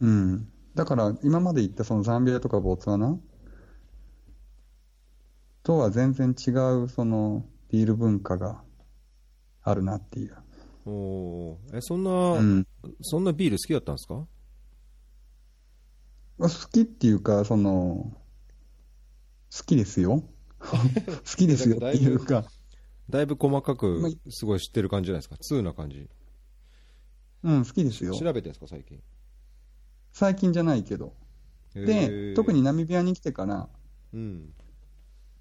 Speaker 1: うん。だから今まで言ったそのザンビアとかボツワナとは全然違うそのビール文化があるなっていう。
Speaker 2: おーえそんな、
Speaker 1: うん。
Speaker 2: そんなビール好きだったんですか
Speaker 1: まあ好きっていうか、その、好きです よ。好きですよっていうか、
Speaker 2: だいぶ細か
Speaker 1: まあ
Speaker 2: くすごい知ってる感じじゃないですか通な感じ
Speaker 1: うん、好きですよ
Speaker 2: 調。べてるんですか最近
Speaker 1: 最近じゃないけど。
Speaker 2: へ
Speaker 1: で、
Speaker 2: ー
Speaker 1: 特にナミビアに来てから、
Speaker 2: うん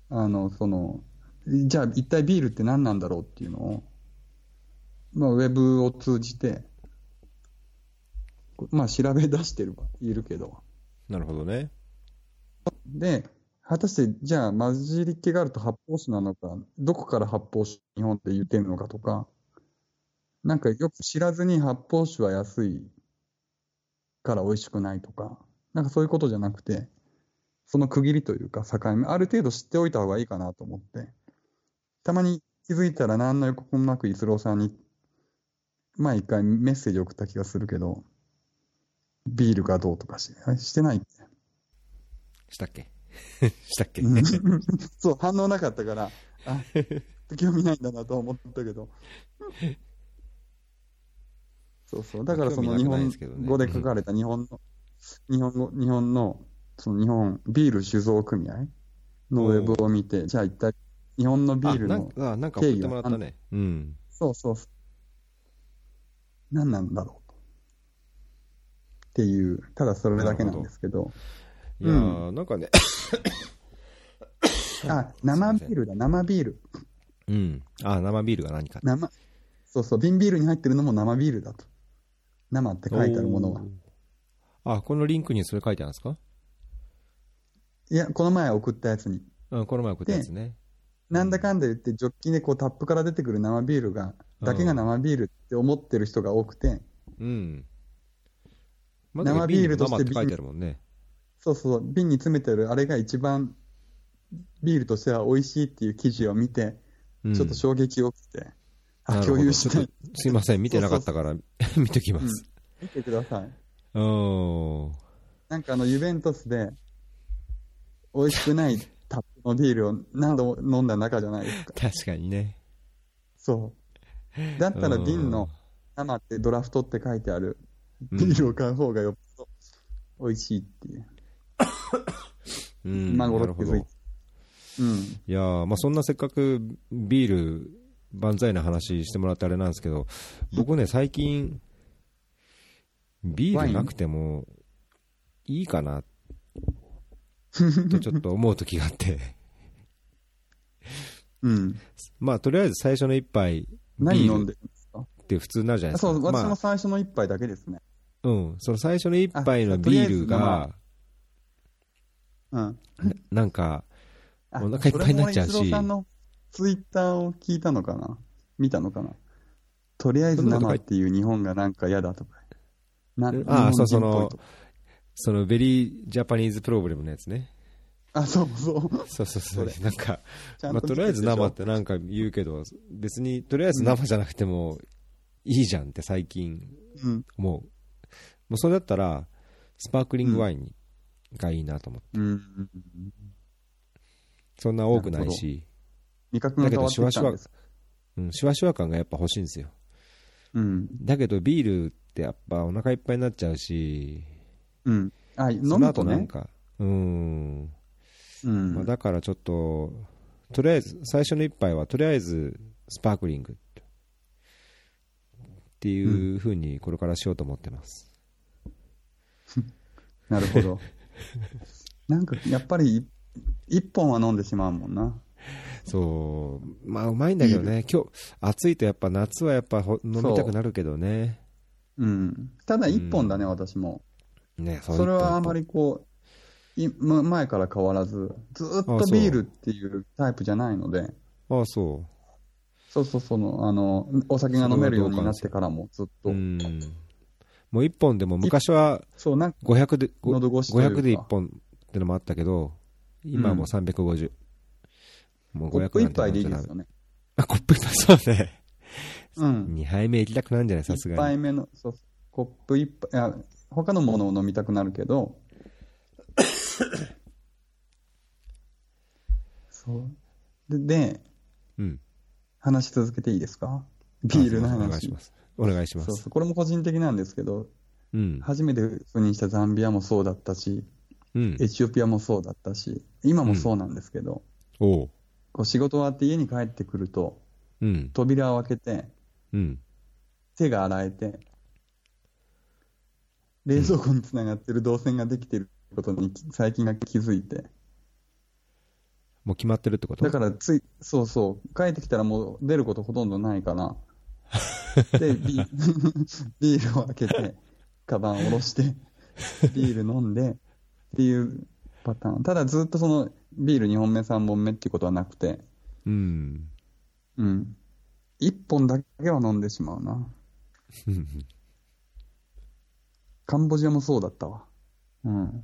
Speaker 1: あの、その、じゃあ一体ビールって何なんだろうっていうのを、まあ、ウェブを通じて、こまあ、調べ出してるはいるけど。
Speaker 2: なるほどね
Speaker 1: で、果たして、じゃあ、混じり気があると発泡酒なのか、どこから発泡酒、日本って言ってるのかとか、なんかよく知らずに発泡酒は安いから美味しくないとか、なんかそういうことじゃなくて、その区切りというか境目、ある程度知っておいた方がいいかなと思って、たまに気づいたら何の予告もなく逸郎さんに、まあ一回メッセージ送った気がするけど、ビールがどうとかししてないっけ
Speaker 2: したっけ したっ け
Speaker 1: うんそう、反応なかったから、あ時を見ないんだなとは思ったけど。そうそう。だからその日本語で書かれた日本の、日本語、日本の、その日本ビール酒造組合のウェブを見て、じゃあ一体日本のビール
Speaker 2: な
Speaker 1: の
Speaker 2: んか、あなんか送
Speaker 1: 定
Speaker 2: っ
Speaker 1: 義
Speaker 2: てもら
Speaker 1: は
Speaker 2: ったね。うん。
Speaker 1: そうそうそう。何なんだろうっていう、ただそれだけなんですけど。
Speaker 2: いやーなんか ね、
Speaker 1: あ、生ビールだ、生ビール。
Speaker 2: うん。あ、生ビールが何か。
Speaker 1: 生、そうそう、瓶ビールに入ってるのも生ビールだと。生って書いてあるものは
Speaker 2: おー。。あ、このリンクにそれ書いてあるんですか
Speaker 1: いや、この前送ったやつに。
Speaker 2: うん、この前送ったやつね。
Speaker 1: なんだかんだ言って、ジョッキでこうタップから出てくる生ビールが、だけが生ビールって思ってる人が多くて、
Speaker 2: うん。ま
Speaker 1: 生ビールとして
Speaker 2: 生って書いてあるもんね。
Speaker 1: そうそう、瓶に詰めてるあれが一番ビールとしては美味しいっていう記事を見て、
Speaker 2: うん
Speaker 1: ちょっと衝撃を受けて、
Speaker 2: な
Speaker 1: あ、
Speaker 2: るほど
Speaker 1: 共有し
Speaker 2: ちょ
Speaker 1: て
Speaker 2: っと、すいません、見てなかったから、 見ときます。
Speaker 1: 見てください。
Speaker 2: おー
Speaker 1: なんかあの、ユベントスで、美味しくないタップのビールを何度も飲んだ中じゃないですか。
Speaker 2: 確かにね。
Speaker 1: そう。だったら瓶の生ってドラフトって書いてある
Speaker 2: うん
Speaker 1: ビールを買う方がよっぽど美味しいっていう。
Speaker 2: うん、
Speaker 1: 今
Speaker 2: な
Speaker 1: 頃
Speaker 2: るほ
Speaker 1: 気
Speaker 2: ど。
Speaker 1: づい
Speaker 2: い
Speaker 1: て。うん。
Speaker 2: やーまあそんなせっかくビール万歳な話してもらってあれなんですけど、僕ね、最近、ビールなくてもいいかなってちょっと思う時があって、
Speaker 1: うん。
Speaker 2: まあとりあえず最初の一杯、
Speaker 1: 何
Speaker 2: ビ
Speaker 1: 飲
Speaker 2: ー
Speaker 1: ん
Speaker 2: ル
Speaker 1: でるんですか
Speaker 2: って普通になるじゃな
Speaker 1: あ
Speaker 2: いです
Speaker 1: そ
Speaker 2: か。
Speaker 1: う、私
Speaker 2: ま
Speaker 1: も
Speaker 2: あ
Speaker 1: 最初の一杯だけですね。
Speaker 2: うん、その最初の一杯の
Speaker 1: あとり
Speaker 2: ビ
Speaker 1: あえ
Speaker 2: ー
Speaker 1: ず
Speaker 2: ル
Speaker 1: ま
Speaker 2: が、
Speaker 1: うん。
Speaker 2: なんか、
Speaker 1: あ
Speaker 2: お腹いっぱいになっちゃうし
Speaker 1: それも一郎さんのツイッターを聞いたのかな見たのかなとりあえず生っていう日本がなんか嫌だとか。な
Speaker 2: ああ
Speaker 1: 日本人っぽい
Speaker 2: そうその
Speaker 1: とか
Speaker 2: そのベリージャパニーズプロブレムのやつね。
Speaker 1: あ、そうそう。
Speaker 2: そうそうそ
Speaker 1: そうれ。
Speaker 2: なんか、
Speaker 1: ちゃん
Speaker 2: まあ、
Speaker 1: と
Speaker 2: と
Speaker 1: 見て
Speaker 2: りあえず
Speaker 1: るでし
Speaker 2: 生
Speaker 1: ょ
Speaker 2: ってなんか言うけど、別にとりあえず生じゃなくてもいいじゃんって最近
Speaker 1: うん。
Speaker 2: 思う。もうそれだったら、スパークリングワインがいいなと思って。
Speaker 1: うん。
Speaker 2: そんな多くないし、
Speaker 1: 味覚が変わってきたんです。
Speaker 2: うん、シュワシュワ感がやっぱ欲しいんですよ。
Speaker 1: うん。
Speaker 2: だけどビールってやっぱお腹いっぱいになっちゃうし、
Speaker 1: うん。あ、飲
Speaker 2: その
Speaker 1: む
Speaker 2: 後
Speaker 1: と
Speaker 2: なん
Speaker 1: ね。
Speaker 2: か、うん。
Speaker 1: うん
Speaker 2: まあ、だからちょっと、とりあえず、最初の一杯は、とりあえず、スパークリングっていうふうに、これからしようと思ってます。
Speaker 1: なるほ ど。なんか、やっぱり、一本は飲んでしまうもんな。
Speaker 2: そう、まあ、うまいんだけどね、今日暑いとやっぱ、夏はやっぱほ飲みたくなるけどね、
Speaker 1: うん。ただ一本だね、私も。
Speaker 2: ねそう
Speaker 1: それはあま
Speaker 2: り、
Speaker 1: りこう、いま前から変わらず、ずーっ
Speaker 2: あ
Speaker 1: と
Speaker 2: そう
Speaker 1: ビールっていうタイプじゃないので、
Speaker 2: ああ、そ
Speaker 1: そうそう、その、あの、お酒が飲めるようになってからもずっ
Speaker 2: う、
Speaker 1: と
Speaker 2: う。ん、もう一本でも、昔は
Speaker 1: そう、なんか、
Speaker 2: 500で、ご
Speaker 1: 喉越しというか
Speaker 2: 500で一本ってのもあったけど、今はもう350、もう
Speaker 1: コッ
Speaker 2: 500
Speaker 1: プ
Speaker 2: なん
Speaker 1: 一
Speaker 2: て
Speaker 1: 杯でいい
Speaker 2: 本
Speaker 1: で
Speaker 2: 当ダメ
Speaker 1: すよね。
Speaker 2: あ、コップ一杯、そうね。
Speaker 1: うん。
Speaker 2: 2杯目行きたくなんじゃないさ
Speaker 1: 一
Speaker 2: すが
Speaker 1: 杯
Speaker 2: に。
Speaker 1: 目の、そう、コップ一杯、いや、他のものを飲みたくなるけ ど、そう。で、で、
Speaker 2: うん。
Speaker 1: 話し続けていいですかビールの
Speaker 2: あすいま
Speaker 1: 話。
Speaker 2: せんお願いします。お願いしま
Speaker 1: そう
Speaker 2: す。
Speaker 1: そう、これも個人的なんですけど、
Speaker 2: うん。
Speaker 1: 初めて赴任したザンビアもそうだったし、
Speaker 2: うん。
Speaker 1: エチオピアもそうだったし、今もそうなんですけど、
Speaker 2: おう。
Speaker 1: こう仕事終わって家に帰ってくると、
Speaker 2: うん。
Speaker 1: 扉を開けて、
Speaker 2: うん。
Speaker 1: 手が洗えて、冷蔵庫につながってる導線ができてることに最近が気づいて、
Speaker 2: もう決まってるってこと
Speaker 1: だからつい、そうそう、帰ってきたらもう出ることほとんどないから、で、ビー ビールを開けて、カバンを下ろして、ビール飲んでっていうパターン。ただずっとそのビール2本目3本目っていうことはなくて、
Speaker 2: うん。
Speaker 1: うん。1本だけは飲んでしまう な。カンボジアもそうだったわ。うん。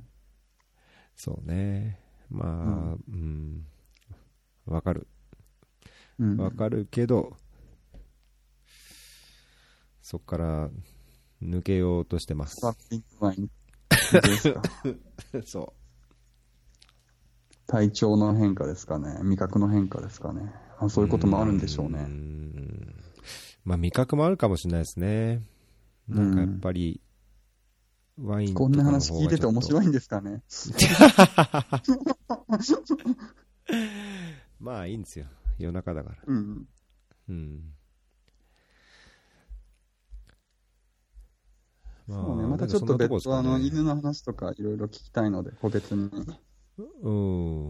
Speaker 2: そうね。まあ、うん。わかる。
Speaker 1: うん。
Speaker 2: わかるけど、そっから抜けようとしてます
Speaker 1: ス。パークリングワイン。どうです か
Speaker 2: そ
Speaker 1: 体調の変化ですかね。味覚の変化ですかね。あそういうこともあるんでしょう
Speaker 2: う
Speaker 1: ね。
Speaker 2: んまあ味覚もあるかもしれないですね。なんかやっぱり、ワインと
Speaker 1: こ
Speaker 2: か
Speaker 1: ん
Speaker 2: の
Speaker 1: な
Speaker 2: 方が
Speaker 1: 話聞いてて面
Speaker 2: い。
Speaker 1: 白いんですかね。
Speaker 2: まあいいんですよ。夜中だから。
Speaker 1: うん。
Speaker 2: うん。ま
Speaker 1: そうね。またちょっと別途、あの、犬の話とかいろいろ聞きたいので、個別に。
Speaker 2: うん。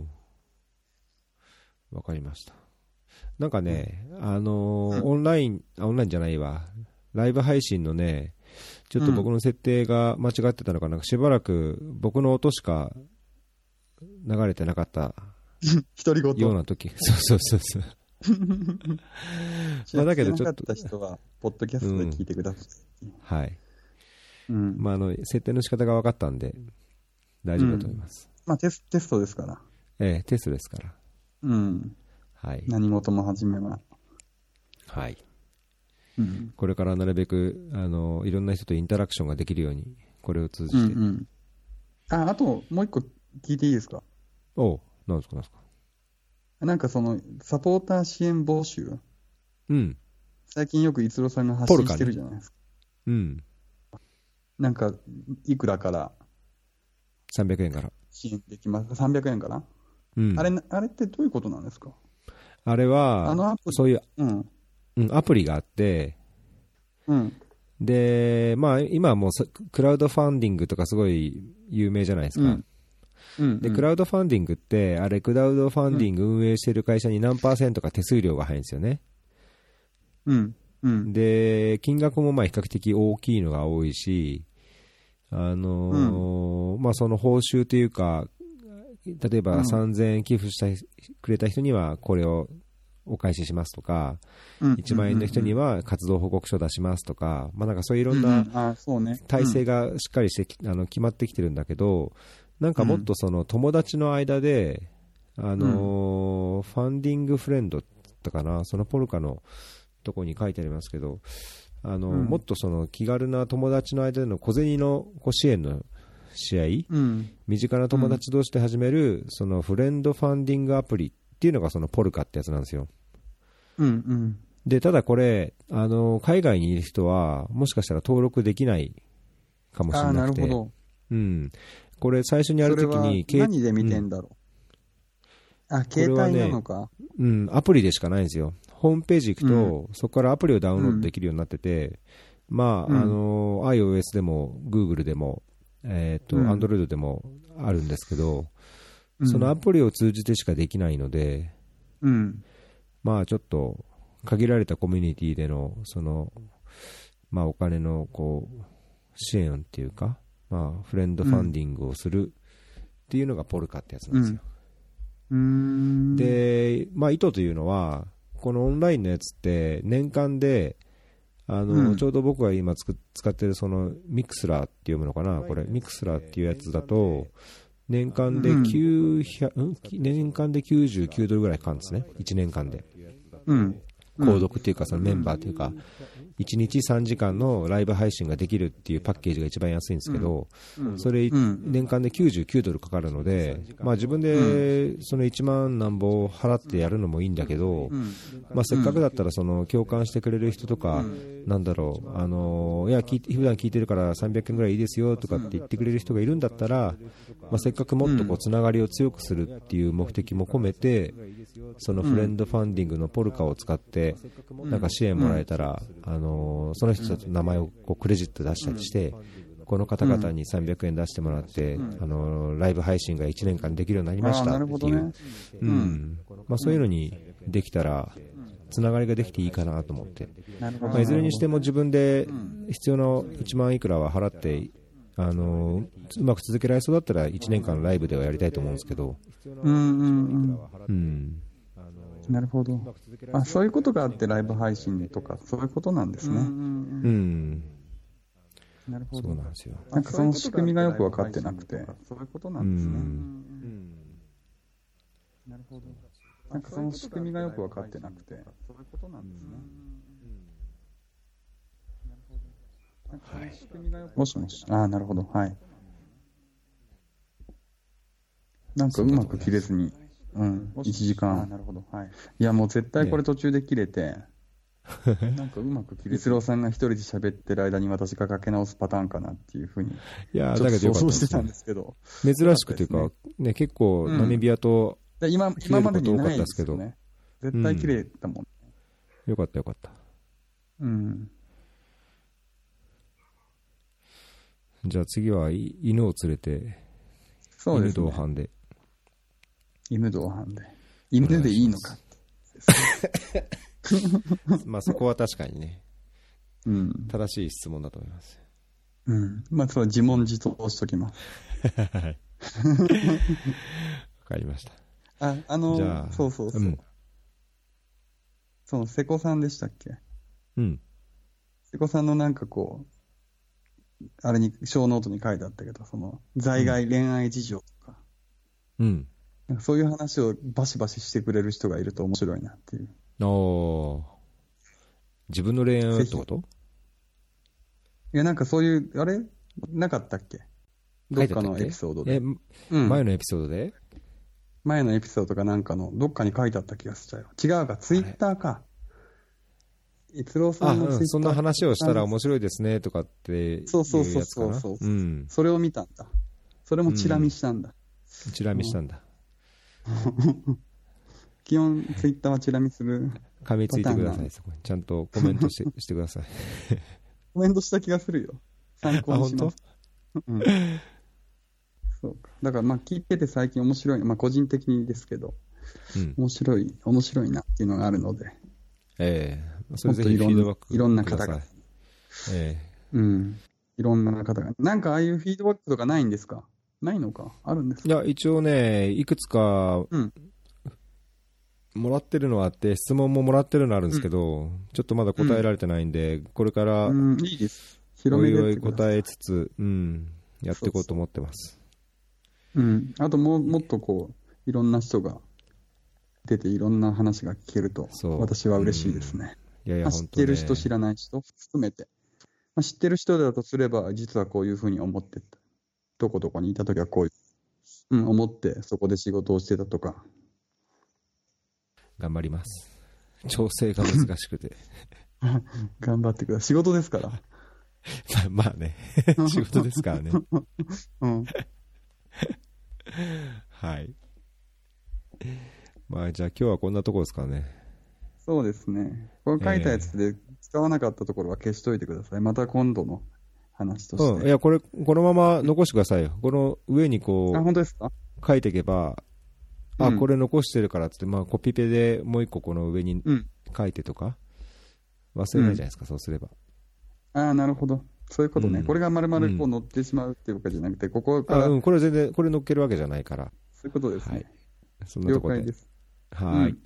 Speaker 2: わかりました。なんかね、あのー
Speaker 1: うん
Speaker 2: オンライン、あオンラインじゃないわ。ライブ配信のね、ちょっと僕の設定が間違ってたのかな、しばらく僕の音しか流れてなかった
Speaker 1: 独り言。
Speaker 2: ような時。 そうそうそうそう。
Speaker 1: 知ら
Speaker 2: まあだけど
Speaker 1: 知
Speaker 2: ちょ
Speaker 1: らな
Speaker 2: っと
Speaker 1: かった人は、ポッドキャストで聞いてください。
Speaker 2: はい。
Speaker 1: うん。
Speaker 2: まあ、あの、設定の仕方が分かったんで、大丈夫だと思います。
Speaker 1: まあテス、テストですから。
Speaker 2: ええ、テストですから。
Speaker 1: うん。
Speaker 2: はい。
Speaker 1: 何事も始めは。
Speaker 2: はい。
Speaker 1: うん。
Speaker 2: これからなるべく、あの、いろんな人とインタラクションができるように、これを通じ
Speaker 1: うんう
Speaker 2: て。
Speaker 1: ん。あ、あと、もう一個聞いていいですか
Speaker 2: おう、なんですか、なんですか。
Speaker 1: なんかその、サポーター支援募集。
Speaker 2: うん。
Speaker 1: 最近よく逸郎さんが発信してるじゃないですか。
Speaker 2: うん。
Speaker 1: なんか、いくらから
Speaker 2: 300円から。
Speaker 1: 支援できますか ?300 円かな、
Speaker 2: うん。
Speaker 1: あれな、あれってどういうことなんですか
Speaker 2: あれは、
Speaker 1: あのアプリ
Speaker 2: そういう、
Speaker 1: うん。
Speaker 2: うん、アプリがあって、
Speaker 1: うん。
Speaker 2: で、まあ、今はもうそ、クラウドファンディングとかすごい有名じゃないですか。
Speaker 1: うんうん。
Speaker 2: で、クラウドファンディングって、あれ、クラウドファンディング運営してる会社に何パーセントか手数料が入るんですよね。
Speaker 1: うん。うん。
Speaker 2: で、金額もまあ比較的大きいのが多いし、あのーまあその報酬というか、例え
Speaker 1: うん
Speaker 2: ば3000円寄付した、くれた人にはこれをお返ししますとか、
Speaker 1: うん。
Speaker 2: 1万円の人に
Speaker 1: は、
Speaker 2: は活動報告書出しますとか、まあなんかそういういろ
Speaker 1: うんん
Speaker 2: な
Speaker 1: あ、そうね。
Speaker 2: 体制がしっかりしてき、あの決まってきてるんだけど、なんかもっとその友達の間で、あのーファンディングフレンドだったかな、そのポルカのとこに書いてありますけど、あのー
Speaker 1: うん
Speaker 2: もっとその気軽な友達の間での小銭のこう支援の試合、
Speaker 1: うん。うん。
Speaker 2: 身近な友達同士で始める、そのフレンドファンディングアプリっていうのがそのポルカってやつなんですよ。
Speaker 1: うん。うん。
Speaker 2: で、ただこれ、あのー海外にいる人は、もしかしたら登録できないかもしれ
Speaker 1: ああ、な
Speaker 2: な
Speaker 1: る
Speaker 2: くて。
Speaker 1: ほど。
Speaker 2: うん、これ、最初にや
Speaker 1: それ
Speaker 2: るとき
Speaker 1: は
Speaker 2: に、け
Speaker 1: 何で見てんだろう。あ、携
Speaker 2: これは
Speaker 1: 帯
Speaker 2: ね
Speaker 1: なのか。
Speaker 2: うん、アプリでしかないんですよ、ホームページ行くと、そこからアプリをダウンロードできるようになってて、まあ
Speaker 1: うん
Speaker 2: あの iOS でも、Google でも、えーと
Speaker 1: うん
Speaker 2: Android でもあるんですけど、
Speaker 1: うん
Speaker 2: そのアプリを通じてしかできないので、
Speaker 1: うん。
Speaker 2: まあ、ちょっと限られたコミュニティでのその、まあ、お金のこう支援っていうか、まあ、フレンドファンディングをするっていうのがポルカってやつなんですよ。
Speaker 1: うーん。、
Speaker 2: で、まあ、意図というのは、このオンラインのやつって、年間で、あの
Speaker 1: うん
Speaker 2: ちょうど僕が今つく使ってるそのミクスラーって読むのかな、これ、ミクスラーっていうやつだと、年間で
Speaker 1: うん
Speaker 2: 900、うん、年間で99ドルぐらいかかるんですね、1年間で。
Speaker 1: うん。
Speaker 2: 購読っていうか、そのメンバーというか、1日3時間のライブ配信ができるっていうパッケージが一番安いんですけど、それ、
Speaker 1: うん
Speaker 2: 年間で99ドルかかるので、まあ自分でその1万なんぼ払ってやるのもいいんだけど
Speaker 1: う、ん。
Speaker 2: まあせっかくだったら、その共感してくれる人とか、なんだろう、あのいや、聞いて普段聞いてるから300円ぐらいいいですよとかって言ってくれる人がいるんだったら、まあせっかくもっとこうつながりを強くするっていう目的も込めて、そのフレンドファンディングのポルカを使って、なんか支援もらえたら、あのーその人たちの名前をこうクレジット出したりして、この方々に300円出してもらって、あのーライブ配信が1年間できるようになりまし
Speaker 1: あ
Speaker 2: た
Speaker 1: ーなる
Speaker 2: っ
Speaker 1: ほ
Speaker 2: て
Speaker 1: ど
Speaker 2: い
Speaker 1: ね
Speaker 2: う、うんまあ、そういうのにできたら、つながりができていいかなと思って、
Speaker 1: なるほ
Speaker 2: ま
Speaker 1: ど。
Speaker 2: あ、いずれにしても自分で必要な1万いくらは払って、あのーうまく続けられそうだったら、1年間ライブではやりたいと思うんですけど。
Speaker 1: うんうんうん。
Speaker 2: うん
Speaker 1: なるほど。あ、そういうことがあって、ライブ配信とか、そういうことなんですね。
Speaker 2: うん、
Speaker 1: なるほ
Speaker 2: そ
Speaker 1: ど。
Speaker 2: うなんですよ。
Speaker 1: なんかその仕組みがよく分かってなくて。そういうことな
Speaker 2: うん
Speaker 1: ですね。
Speaker 2: ん、
Speaker 1: なるほど。なんかその仕組みがよく分かってなくて。そういうことなんですね。もしもし。ああ、なるほど。はい。なんかうまく切れずに、うん、1時間。
Speaker 3: あなるほど。はい。
Speaker 1: いや、もう絶対これ途中で切れて、
Speaker 3: なんかうまく切れ
Speaker 1: 逸郎さんが一人で喋ってる間に私がかけ直すパターンかなっていうふうに、
Speaker 4: いやー
Speaker 1: ちょ
Speaker 4: だ
Speaker 1: っ
Speaker 4: け
Speaker 1: と
Speaker 4: どよかった
Speaker 1: 想像
Speaker 4: で
Speaker 1: して
Speaker 4: す
Speaker 1: た
Speaker 4: ね
Speaker 1: んですけど、
Speaker 4: 珍しくというか、ね、結構、
Speaker 1: うん
Speaker 4: ナミビアと、
Speaker 1: で今
Speaker 4: 切れ
Speaker 1: 今
Speaker 4: る
Speaker 1: ま
Speaker 4: こと
Speaker 1: でに
Speaker 4: 多かっ
Speaker 1: な
Speaker 4: た
Speaker 1: い
Speaker 4: で
Speaker 1: ですす
Speaker 4: けど
Speaker 1: よね。絶対切れたもん。
Speaker 4: よかったよかった。
Speaker 1: うん。
Speaker 4: じゃあ次はい犬を連れて、
Speaker 1: そうで
Speaker 4: 犬
Speaker 1: す
Speaker 4: 同
Speaker 1: ね。
Speaker 4: 伴で。。
Speaker 1: 犬同伴で。犬でいいのか。
Speaker 2: まあそこは確かにね、
Speaker 1: うん。
Speaker 2: 正しい質問だと思います。
Speaker 1: うん。まあ、それは自問自答しときます。
Speaker 2: わかりました。
Speaker 1: あ、あ
Speaker 2: じゃ
Speaker 1: の
Speaker 2: あ、
Speaker 1: そうそうそううんその、瀬古さんでしたっけ
Speaker 4: うん。
Speaker 1: 瀬古さんのなんかこう、あれに、小ノートに書いてあったけど、その、在外恋愛事情とか、
Speaker 4: うん。
Speaker 1: なんかそういう話をバシバシしてくれる人がいると面白いなっていう。
Speaker 4: おー自分の恋愛をってこと
Speaker 1: いや、なんかそういう、あれなかったっけどっか
Speaker 2: 書いてあったっ
Speaker 1: の
Speaker 2: け
Speaker 1: エピソード
Speaker 4: え
Speaker 1: で。、うん
Speaker 4: 前のエピソードで
Speaker 1: 前のエピソードかなんかの、どっかに書いてあった気がしたよ。違うか、ツイッターか。逸郎
Speaker 2: あ、
Speaker 1: さんのツイッ
Speaker 2: う
Speaker 1: タ
Speaker 2: ん、
Speaker 1: ー。
Speaker 2: そんな話をしたら
Speaker 1: あの
Speaker 2: 面白いですねとかって
Speaker 1: そうそうそう
Speaker 2: いやつかな
Speaker 1: そうそうそう
Speaker 2: うん。
Speaker 1: それを見たんだ。それもチラ見したんだ。
Speaker 4: チラ見したんだ。
Speaker 1: 基本、ツイッターはチラ見する。
Speaker 2: 噛みついてく
Speaker 1: パター
Speaker 2: だ
Speaker 1: ン
Speaker 2: さ、
Speaker 1: ない
Speaker 2: そこに。ちゃんとコメントしてしてください。
Speaker 1: コメントした気がするよ。参考にします。うんそうか。だから、まあ、聞いてて最近面白い、まあ、個人的にですけど、
Speaker 2: うん。
Speaker 1: 面白い、面白いなっていうのがあるので、
Speaker 2: ええそれぜひフィードバックくださ
Speaker 1: いろんな方
Speaker 2: い
Speaker 1: が。
Speaker 2: え
Speaker 1: うん。いろんな方が。なんか、ああいうフィードバックとかないんですかないのかあるんです
Speaker 2: えい
Speaker 1: か
Speaker 2: や、一応ね、いくつか
Speaker 1: うん。
Speaker 2: もらってるのはあって、質問ももらってるのあるんですけど、ちょっとまだ答えられてないんで、これから
Speaker 1: うん、いいです。広
Speaker 2: お
Speaker 1: め
Speaker 2: い
Speaker 1: て
Speaker 2: お
Speaker 1: っ
Speaker 2: い
Speaker 1: てください
Speaker 2: 答えつつ、うん、やっていこうと思ってます。
Speaker 1: うん。あともう、もっとこう、いろんな人が出ていろんな話が聞けると
Speaker 2: そ、う
Speaker 1: 私は嬉しいですね。
Speaker 2: いやい
Speaker 1: ま
Speaker 2: や、
Speaker 1: あ知っ
Speaker 2: 本当
Speaker 1: て
Speaker 2: ね
Speaker 1: る人、知らない人含めて。まあ、知ってる人だとすれば、実はこういうふうに思ってた。どこどこにいたときはこういう、うん、思ってそこで仕事をしてたとか。
Speaker 2: 頑張ります。調整が難し くて。
Speaker 1: 頑張ってください。仕事ですから。
Speaker 2: まあまあね、 仕事ですからね。
Speaker 1: うん。
Speaker 2: はい。まあ、じゃあ今日はこんなとこですかね。
Speaker 1: そうですね。これ書いたやつで使わなかったところは消しといてください。また今度の話とし
Speaker 2: うん、い
Speaker 1: て。
Speaker 2: や、これ、このまま残してくださいよ。この上にこ
Speaker 1: あ、
Speaker 2: う、
Speaker 1: 本当ですか
Speaker 2: 書いていけば、あ、
Speaker 1: うん
Speaker 2: これ残してるからっつって、まあ、コピペでもう一個この上に
Speaker 1: うん。
Speaker 2: 書いてとか、忘れないじゃないですか、そうすれば。
Speaker 1: ああ、なるほど。そういうことね。
Speaker 2: うん
Speaker 1: これが丸々こう乗ってしまうっていうわけじゃなくて、ここか
Speaker 2: あ、
Speaker 1: ら、
Speaker 2: う
Speaker 1: そ
Speaker 2: ん、これ全然、これ乗っけるわけじゃないから、
Speaker 1: ういうことですね。
Speaker 2: そんな
Speaker 1: 了
Speaker 2: ところ
Speaker 1: 解
Speaker 2: で
Speaker 1: で。す。
Speaker 2: はー
Speaker 1: う
Speaker 2: い
Speaker 1: ん。